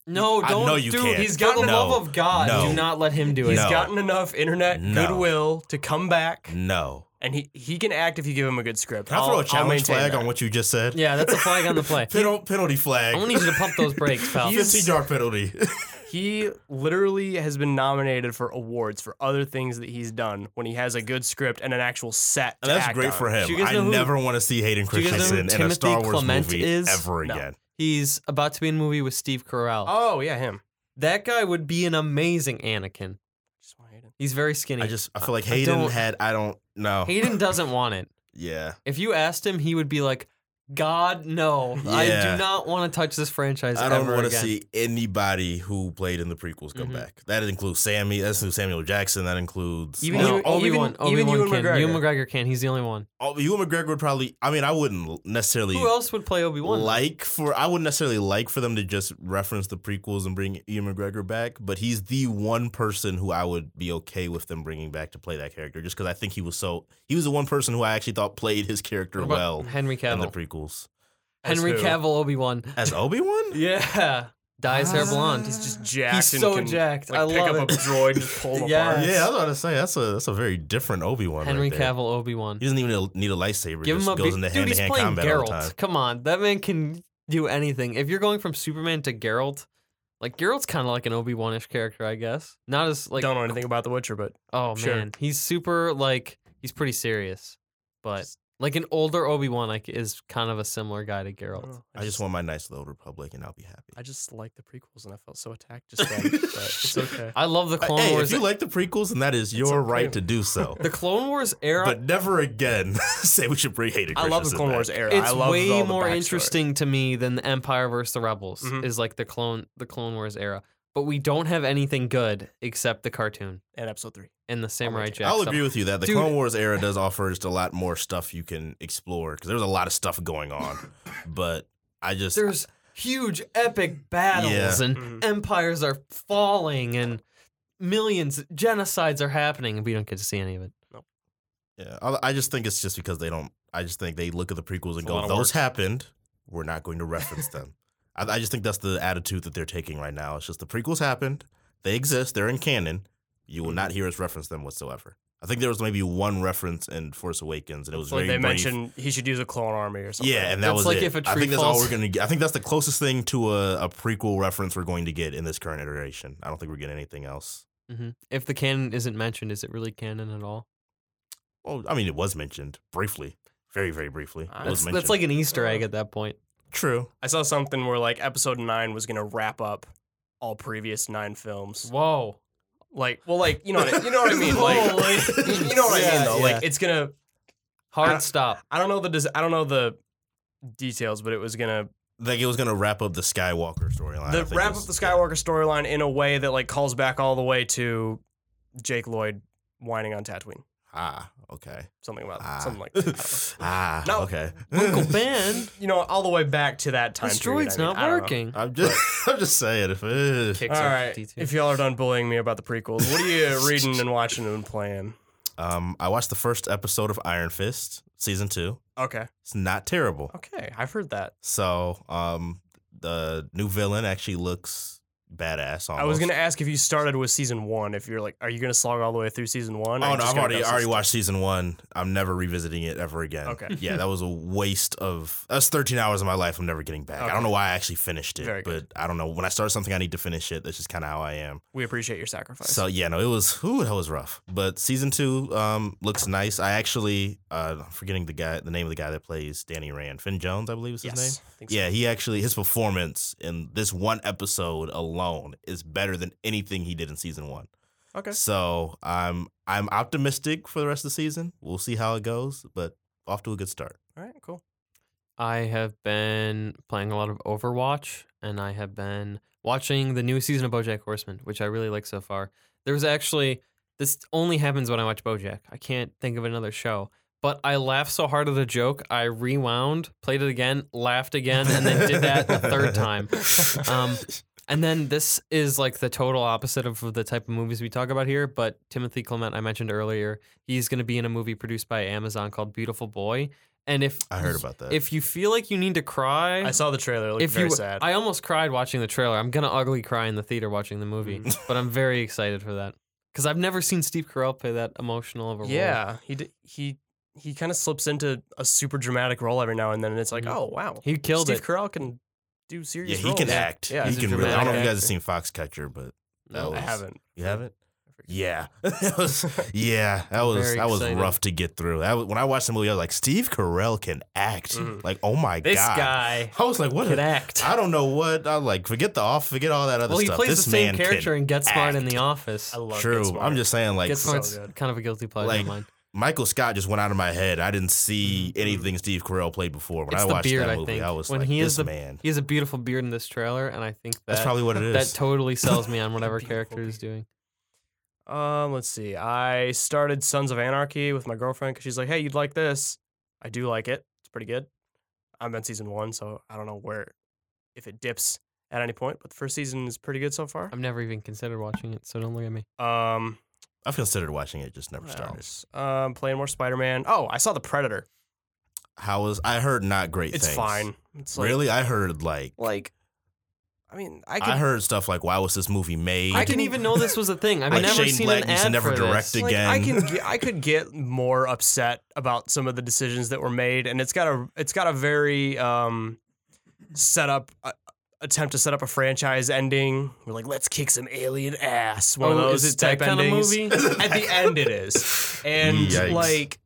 C: No,
B: I
C: don't
B: know you
C: do
B: can't.
C: He's got
A: No.
C: the love of God.
B: No.
C: Do not let him do
A: He's
C: it.
B: No.
A: gotten enough internet
B: No.
A: goodwill to come back,
B: no.
A: and he, he can act if you give him a good script.
B: Can I throw
A: I'll-
B: a
A: I'll
B: challenge
A: maintain
B: flag
A: that.
B: on what you just said?
C: Yeah, that's a flag on the play.
B: *laughs* Penal, penalty flag.
C: I need you to pump those
B: *laughs*
C: brakes, pal.
A: He's-
B: 15
C: *laughs*
B: yard penalty.
A: He literally has been nominated for awards for other things that he's done when he has a good script and an actual set. To
B: And that's
A: act
B: great
A: on.
B: for him.
C: Do you guys
B: I
C: know who-
B: never want to see Hayden
C: Do you guys know who
B: Christensen in a Star
C: Timothy
B: Wars
C: Clement
B: movie
C: is?
B: ever
A: No.
B: again.
C: He's about to be in a movie with Steve Carell.
A: Oh yeah, him.
C: That guy would be an amazing Anakin.
A: Just want Hayden.
C: He's very skinny.
B: I just I feel like
C: I
B: Hayden
C: don't-
B: had I don't know.
C: Hayden
B: *laughs*
C: doesn't want it.
B: Yeah.
C: If you asked him, he would be like, "God, no! I
B: Yeah.
C: do not want to touch this franchise
B: I don't
C: ever
B: want to
C: again."
B: see anybody who played in the prequels come
C: Mhm.
B: back. That includes Sammy. That includes Samuel Jackson. That includes
A: Even
B: no,
A: you-
C: Obi Wan.
A: even-
C: Obi
A: even
C: Wan
A: Ewan
C: can.
A: McGregor.
C: Ewan McGregor can. He's the only one.
B: Oh, Ewan McGregor would probably. I mean, I wouldn't necessarily
C: Who else would play Obi Wan?
B: like for. I wouldn't necessarily like for them to just reference the prequels and bring Ewan McGregor back, but he's the one person who I would be okay with them bringing back to play that character, just because I think he was so. He was the one person who I actually thought played his character well
C: Henry
B: in the
C: Cavill.
B: prequels
A: As
C: Henry
A: who?
C: Cavill Obi Wan.
B: as
C: *laughs*
B: Obi Wan.
C: yeah, dyes
B: Ah.
C: hair blonde.
A: He's just jacked.
C: He's
A: and
C: so
A: can,
C: jacked.
A: Like,
C: I
A: pick
C: love
A: up
C: it.
A: a droid and
B: *laughs*
A: just pull him
C: Yeah.
A: apart.
B: Yeah, I was about to say that's a that's a very different Obi Wan.
C: Henry
B: right there.
C: Cavill Obi Wan.
B: He doesn't even need a lightsaber.
C: Give
B: just
C: him a
B: goes
C: big
B: into
C: dude.
B: hand to
C: He's
B: hand
C: playing
B: combat all the time.
C: Geralt. Come on, that man can do anything. If you're going from Superman to Geralt, like Geralt's kind of like an Obi Wan ish character, I guess. Not as like
A: Don't know anything about The Witcher, but
C: Oh
A: Sure.
C: man, he's super like he's pretty serious, but like an older Obi Wan like is kind of a similar guy to
A: I, don't
C: Geralt.
A: know.
B: Oh, I just want my nice little republic, and I'll be happy.
A: I just like the prequels, and I felt so attacked just then. but it's
B: *laughs*
A: okay.
C: I love the
B: Uh,
C: Clone
B: hey,
C: Wars. e,
B: if you like the prequels, then that is your
A: okay.
B: right to
C: *laughs*
B: do so.
C: the Clone Wars era,
B: but never again *laughs* say we should bring Hayden.
A: I love the
B: Christensen
A: Clone
B: back.
A: Wars era.
C: it's
A: I love
C: way
A: all the
C: more
A: backstory.
C: interesting to me than the Empire versus the Rebels
B: Mm-hmm.
A: Mhm.
C: is like the clone the Clone Wars era. But we don't have anything good except the cartoon
A: And Episode Three.
C: and the Samurai
A: take it.
C: Jack.
B: I'll
C: stuff.
B: agree with you that the
C: Dude.
B: Clone Wars era does offer just a lot more stuff you can explore because there's a lot of stuff going
A: *laughs*
B: on. but I just
C: There's huge epic battles
B: Yeah. Mm-hmm.
C: and
A: Mhm.
C: empires are falling and millions genocides are happening and we don't get to see any of it.
B: yeah, I I just think it's just because they don't. I just think they look at the prequels and
A: It's a lot
B: go,
A: of
B: "Those
A: work."
B: happened. We're not going
A: *laughs*
B: to reference them." I, I just think that's the attitude that they're taking right now. It's just the prequels happened. They exist. They're in canon. You
A: Hmm.
B: will not hear us reference them whatsoever. I think there was maybe one reference in Force Awakens, and it was
A: It's like
B: very
A: they
B: brief.
A: mentioned he should use a clone army or something.
B: Yeah, and that
C: That's
B: was
C: like
B: it.
C: if a
B: I
C: tree
B: think that's all
C: falls-
B: we're gonna. Get. I think that's the closest thing to a, a prequel reference we're going to get in this current iteration. I don't think we're getting anything else.
C: hmm If the canon isn't mentioned, is it really canon at all?
B: Well, I mean, it was mentioned briefly, very, very briefly. It was
C: That's,
B: mentioned.
C: that's like an Easter egg at that point.
B: true.
A: I saw something where like episode nine was gonna wrap up all previous nine films.
C: Whoa.
A: Like, well, like you know, what I, you know what I mean. Like, *laughs* you know what I mean
C: Yeah,
A: though.
C: yeah.
A: Like, it's gonna.
C: Hard
A: I-
C: stop.
A: I don't know the. Des- I don't know the details, but it was gonna
B: Like it was gonna wrap up the Skywalker storyline. I
A: the
B: think
A: wrap
B: was-
A: up the Skywalker storyline in a way that like calls back all the way to Jake Lloyd whining on Tatooine.
B: Ah, okay.
A: Something
C: Oh,
A: about
B: Ah.
A: something like that.
B: *laughs* ah,
A: No.
B: okay. *laughs*
C: Uncle Ben,
A: you know, all the way back to that time.
C: this
A: period,
C: droid's
A: I mean,
C: not
A: I don't know.
C: working. *laughs*
B: I'm just, *laughs* I'm just saying. If eh. it,
C: Kick-
A: All
C: Except
A: right,
C: D2.
A: if y'all are done bullying me about the prequels, what are *laughs* you reading and watching and playing?
B: um, I watched the first episode of Iron Fist season two.
A: Okay,
B: It's not terrible.
A: okay, I've heard that.
B: So, um, the new villain actually looks badass. Almost.
A: I was gonna ask if you started with season one. If you're like, are you gonna slog all the way through season one? or
B: Oh
A: you
B: no,
A: just
B: I've
A: gonna
B: already
A: go
B: I already
A: season-
B: watched season one. I'm never revisiting it ever again.
A: Okay. *laughs*
B: Yeah, that was a waste of that's 13 hours of my life. I'm never getting back. I
A: Okay.
B: don't know why I actually finished it,
A: Very
B: but I don't know. When I start something, I need to finish it. That's just kind of how I am.
A: We appreciate your sacrifice.
B: So yeah, no, it was ooh, that was rough. But season two um, looks nice. I actually uh, I'm forgetting the guy, the name of the guy that plays Danny Rand, Finn Jones, I believe is his name.
A: yes, I think so.
B: Yeah, he actually his performance in this one episode alone is better than anything he did in season one.
A: Okay.
B: So I'm I'm optimistic for the rest of the season. We'll see how it goes, but off to a good
C: *laughs*
B: start.
A: All right. Cool.
C: I have been playing a lot of Overwatch, and I have been watching the new season of BoJack Horseman, which I really like so far. There was actually this only happens when I watch BoJack. I can't think of another show, but I laughed so hard at a joke, I rewound, played it again, laughed again, and then did that a *laughs* third time. Um, And then this is like the total opposite of the type of movies we talk about here. But Timothy Clement, I mentioned earlier, he's going to be in a movie produced by Amazon called Beautiful Boy. And if
B: I heard about that.
C: if you feel like you need to cry,
A: I saw the trailer. It looked
C: if
A: very
C: you,
A: sad.
C: I almost cried watching the trailer. I'm gonna ugly cry in the theater watching the movie,
A: Mm.
C: but I'm very excited for that because I've never seen Steve Carell play that emotional of a role.
A: yeah, he d- he he kind of slips into a super dramatic role every now and then, and it's like,
C: Mhm.
A: oh wow,
C: he killed
A: Steve
C: it.
A: Carell can do serious.
B: Mm-hmm. yeah, he
A: roles.
B: can act.
A: Yeah,
B: he
C: he's a
B: can really. I don't know if
C: dramatic
B: you guys have
C: actor.
B: seen Foxcatcher, but
C: No,
A: I
B: was-
A: haven't.
B: you haven't.
A: forget.
B: Yeah, *laughs*
C: *laughs*
B: That was- yeah, that was
C: Very
B: that was
C: excited.
B: rough to get through. That was, when I watched the movie, I was like, Steve Carell can act.
A: Mhm.
B: Like, oh my
C: Mm-hmm. this
B: god, *laughs*
C: guy
B: I was like, what?
C: could
B: a-
C: act.
B: *laughs* I don't know what. I like forget the off, forget all that other
C: Well, he
B: stuff.
C: plays
B: this
C: the same
B: man can
C: character in Get Smart in
B: act.
C: The Office.
A: I love
B: True.
A: Get Smart.
B: I'm just saying, like
C: Get Smart's
A: good.
C: kind of a guilty pleasure
B: Like,
C: of mine.
B: Michael Scott just went out of my head. I didn't see anything Steve Carell played before. When
C: Mm-hmm. It's
B: I
C: the
B: watched
C: beard, I
B: that movie,
C: think.
B: I was
C: When
B: like,
C: he is
B: this
C: the-
B: man.
C: He has a beautiful beard in this trailer, and I think that
B: That's probably what it
C: that
B: is. *laughs*
C: totally sells me on whatever
A: Beautiful
C: character is
A: beard.
C: doing.
A: Um, let's see. I started Sons of Anarchy with my girlfriend because she's like, "Hey, you'd like this." I do like it. It's pretty good. I'm on season one, so I don't know where if it dips at any point, but the first season is pretty good so far.
C: I've never even considered watching it, so don't look at me.
A: Um,
B: I've considered watching it, just never
A: what
B: started.
A: else? Um, playing more Spider Man. Oh, I saw the Predator.
B: How was I heard not great
A: It's
B: things.
A: fine. It's like,
B: really? I heard like
A: like. I mean, I
B: I,
A: could.
B: heard stuff like why was this movie made?
C: I didn't even know this was a thing. I've
B: Like
C: never
B: Shane
C: seen an
B: Black used to
C: ad
B: never
C: for this.
B: direct
A: like, I
B: again.
A: can get, I could get more upset about some of the decisions that were made, and it's got a it's got a very um, set up uh, attempt to set up a franchise ending. We're like, let's kick some alien ass. One of
C: Oh,
A: those
C: is it
A: type
C: that kind
A: endings.
B: *laughs*
C: of movie?
A: At the end, it is, and
B: Yikes.
A: like,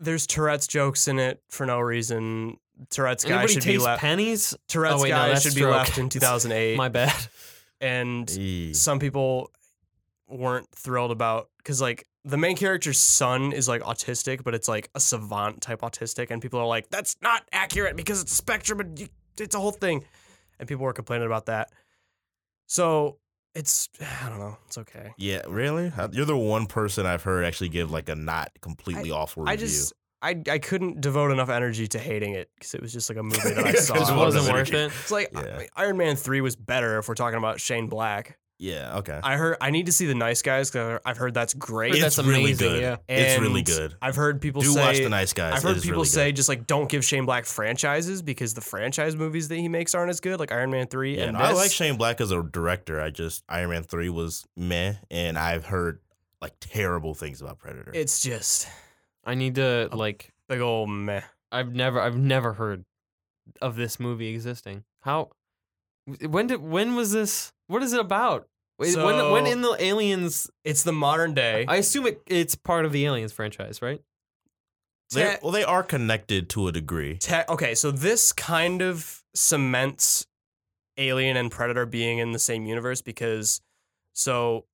A: there's Tourette's jokes in it for no reason. Tourette's guy
C: Anybody
A: should be
C: taste
A: left.
B: *laughs*
C: pennies?
A: Tourette's
C: Oh, wait, no,
A: guy
C: that's
A: should be
C: stroke.
A: left in 2008,
C: My bad.
A: and
B: *laughs* Eee.
A: some people weren't thrilled about because like the main character's son is like autistic, but it's like a savant type autistic, and people are like, "That's not accurate because it's a spectrum and you, it's a whole thing," and people were complaining about that. So it's *sighs* I don't know, it's okay.
B: yeah, really? I- You're the one person I've heard actually give like a not completely awful review.
A: I just I I couldn't devote enough energy to hating it because it was just like
B: *laughs*
A: a movie that I saw.
B: Just
C: It
B: It
C: wasn't
B: wasn't
C: worth it.
A: It's like I-
B: Yeah.
A: Iron Man three was better if we're talking about Shane Black.
B: yeah, okay.
A: I heard I need to see the Nice Guys because I've heard that's great.
C: But
B: It's
C: that's
B: really
C: amazing.
B: good.
C: Yeah.
B: it's really
A: And
B: good.
A: I've heard people
B: Do
A: say
B: watch the Nice Guys.
A: I've
B: It
A: heard
B: is
A: people
B: really good.
A: say just like don't give Shane Black franchises because the franchise movies that he makes aren't as good, like Iron Man three
B: Yeah,
A: and
B: no, I
A: this.
B: like Shane Black as a director. I just Iron Man three was meh, and I've heard like terrible things about Predator.
A: It's just
C: I need to like.
A: big old meh.
C: I've never. I've never heard of this movie existing. How? When did? When was this? What is it about? Wait, when, when
A: So-
C: in the Aliens,
A: It's the modern day.
C: I assume it, it's part of the Aliens franchise, right?
B: They're,
A: Te-
B: well, they are connected to a degree.
A: te- okay, so this kind of cements Alien and Predator being in the same universe because so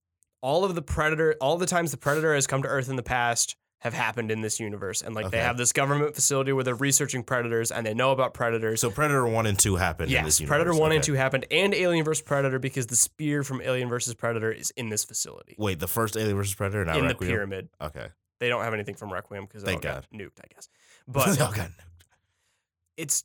A: all of the Predator, all the times the Predator has come to Earth in the past have happened in this universe. And like they
B: Okay.
A: have this government facility where they're researching Predators and they know about Predators.
B: So Predator one and two happened. in
A: yes,
B: this
A: Predator
B: universe.
A: 1
B: Okay.
A: and 2 happened and Alien vs. Predator because the spear from Alien vs. Predator is in this facility
B: Wait, the first Alien versus Predator, not
A: in the
B: Requiem.
A: pyramid.
B: Okay, *laughs*
A: They don't have anything from Requiem because they all got
B: Thank
A: nuked, I guess.
B: *laughs*
A: But *laughs*
B: oh god,
A: it's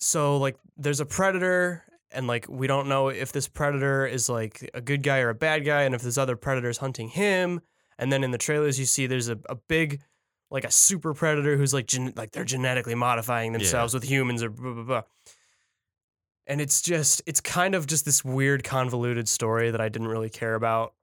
A: so like there's a predator and like we don't know if this predator is like a good guy or a bad guy and if this other predator's hunting him and then in the trailers you see there's a, a big like a super predator who's like gen- like they're genetically modifying themselves with humans or blah blah blah and it's just it's kind of just this weird convoluted story that I didn't really care about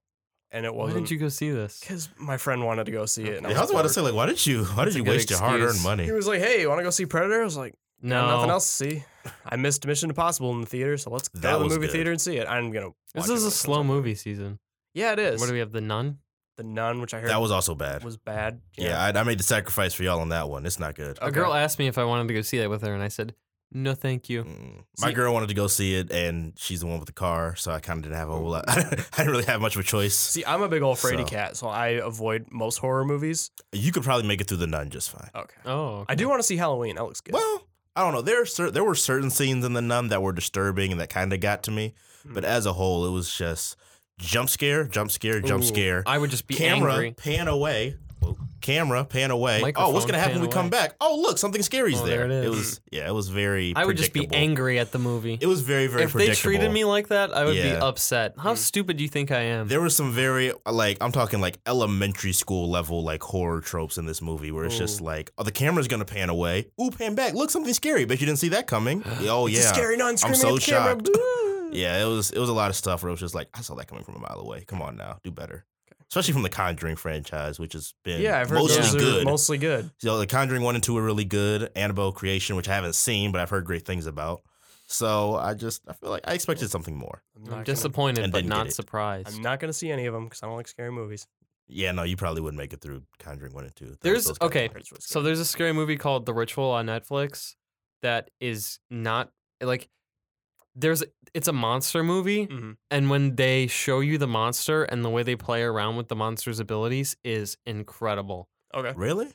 A: and it
C: Why
A: wasn't
C: didn't you go see this?
A: cuz my friend wanted to go see it and
B: Yeah, I was about to say like, why did you? Why did
C: That's a
B: you
C: good
B: waste your hard earned
C: excuse.
A: he
B: money?
A: was like hey you want to go see predator I was like
C: No,
A: Got nothing else to see. I missed Mission Impossible in the theater, so let's go
B: That
A: to the
B: was
A: movie
B: good.
A: theater and see it. I'm gonna.
C: This
A: watch it when
C: is a
A: it comes
C: slow
A: out.
C: movie season.
A: Yeah, it is.
C: What do we have? The Nun.
A: the Nun, which I heard
B: That was also bad.
A: was bad.
B: Yeah, I, I made the sacrifice for y'all on that one. It's not good.
A: Okay.
C: A girl asked me if I wanted to go see that with her, and I said, "No, thank you."
B: Mm. My
A: See-
B: girl wanted to go see it, and she's the one with the car, so I kind of didn't have a whole lot. *laughs* I didn't really have much of a choice.
A: See, I'm a big old fraidy
B: So-
A: cat, so I avoid most horror movies.
B: You could probably make it through the nun just fine.
A: Okay.
C: Oh,
A: I
C: okay.
A: do want to see Halloween. That looks good.
B: Well, I don't know. There are cer- there were certain scenes in the nun that were disturbing and that kind of got to me, but as a whole, it was just jump scare, jump scare, jump
C: Ooh,
B: scare.
C: I would just be
B: camera
C: angry.
B: pan away. Well, Camera pan away. oh, what's
C: Microphone,
B: gonna happen
C: pan
B: when we come
C: away.
B: back? Oh, look, something scary's
C: Oh,
B: there.
C: there it is.
B: was yeah, it was very.
C: I would just be
B: predictable.
C: angry at the movie.
B: It was very very.
C: if they
B: predictable.
C: treated me like that, I would be
B: Yeah.
C: upset. How
A: Mm.
C: stupid do you think I am?
B: There was some very like I'm talking like elementary school level like horror tropes in this movie where it's just
A: Ooh.
B: like oh the camera's gonna pan away ooh pan back look something scary but you didn't see
A: *gasps*
B: that coming oh
A: It's a
B: yeah
A: scary nun screaming
B: so
A: at the camera.
B: shocked.
A: Boo!
B: yeah it was it was a lot of stuff where it was just like I saw that coming from a mile away come on now do better especially from the Conjuring franchise which has been
A: *laughs* Yeah, I've heard
B: mostly
A: those are
B: good
A: mostly good.
B: so the Conjuring one and two are really good Annabelle Creation which I haven't seen but I've heard great things about so I just I feel like I expected something more
A: I'm
C: I'm
A: not gonna,
C: disappointed,
B: and
C: but
B: didn't get
C: not
B: it.
C: surprised.
A: I'm not gonna see any of them because I don't like scary movies.
B: yeah no you probably wouldn't make it through Conjuring one and two Those-
C: There's-
B: those kinds of
C: okay,
B: parts were
C: So
B: scary.
C: there's a scary movie called The Ritual on Netflix that is not like there's it's a monster movie
B: Mm-hmm.
A: Mhm.
C: and when they show you the monster and the way they play around with the monster's abilities is incredible.
A: Okay.
B: really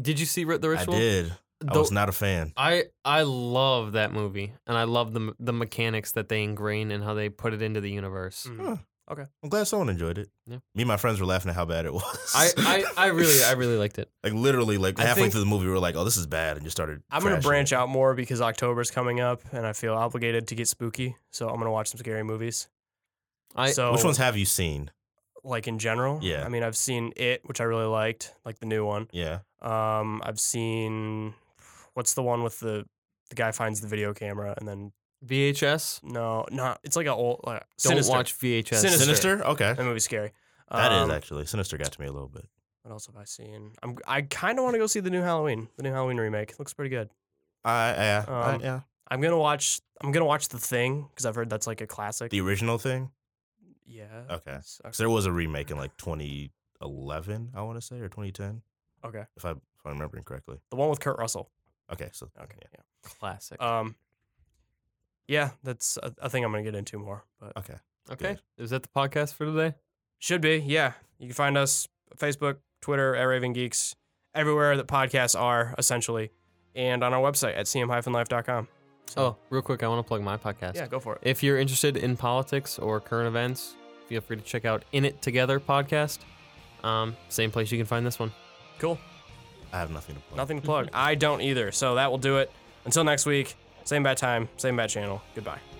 C: Did you see Ri- The
B: I
C: Ritual?
B: did. I
C: The-
B: was not a fan.
C: I I love that movie, and I love the the mechanics that they ingrain and how they put it into the universe.
A: Mhm.
B: Huh.
A: Okay.
B: I'm glad someone enjoyed it.
C: Yeah.
B: Me and my friends were laughing at how bad it *laughs* was.
C: I, I, I really
A: *laughs*
C: I really liked it.
B: *laughs* like literally like
A: I
B: halfway
A: think-
B: through the movie we were like, oh, this is bad, and just started.
A: I'm gonna
B: trashing
A: branch
B: it.
A: out more because October's coming up, and I feel obligated to get spooky. So I'm gonna watch some scary movies.
C: I
A: so
B: Which ones have you seen?
A: like in general.
B: Yeah.
A: I mean, I've seen it, which I really liked, like the new one.
B: Yeah.
A: Um, I've seen what's the one with the the guy finds the video camera and then
C: VHS.
A: no, not it's like a old like,
C: Don't
A: Sinister.
C: watch VHS.
A: Sinister.
B: Sinister. Okay.
A: that movie's scary.
B: that is
A: Um,
B: actually Sinister got to me a little bit.
A: What else have I seen? I'm I kind of want to go see the new Halloween, the new Halloween remake. Looks pretty good.
B: I yeah. I-
A: Um,
B: yeah.
A: I'm gonna watch. I'm gonna watch the Thing because I've heard that's like a classic.
B: The original thing.
A: yeah.
B: Okay.
A: it's- okay.
B: So there was a remake in like 2011, I want to say, or 2010,
A: Okay.
B: if I if I'm remembering correctly.
A: The one with Kurt Russell.
B: Okay. So
A: Okay. Yeah.
C: Classic.
A: Um. Yeah, that's a, a thing I'm gonna get into more, but
B: yeah. Okay.
C: okay.
B: good.
C: Is that the podcast for today?
A: Should be, yeah. You can find us Facebook, Twitter, at Raven Geeks, everywhere that podcasts are, essentially, and on our website at cm-life.com.
C: Oh, real quick, I want to plug my podcast.
A: Yeah, go for it.
C: If you're interested in politics or current events, feel free to check out In It Together podcast. Um, same place you can find this one.
A: Cool.
B: I have nothing to play.
A: Nothing to plug. I don't either, so that will do it. Until next week, same bad time, same bad channel. Goodbye.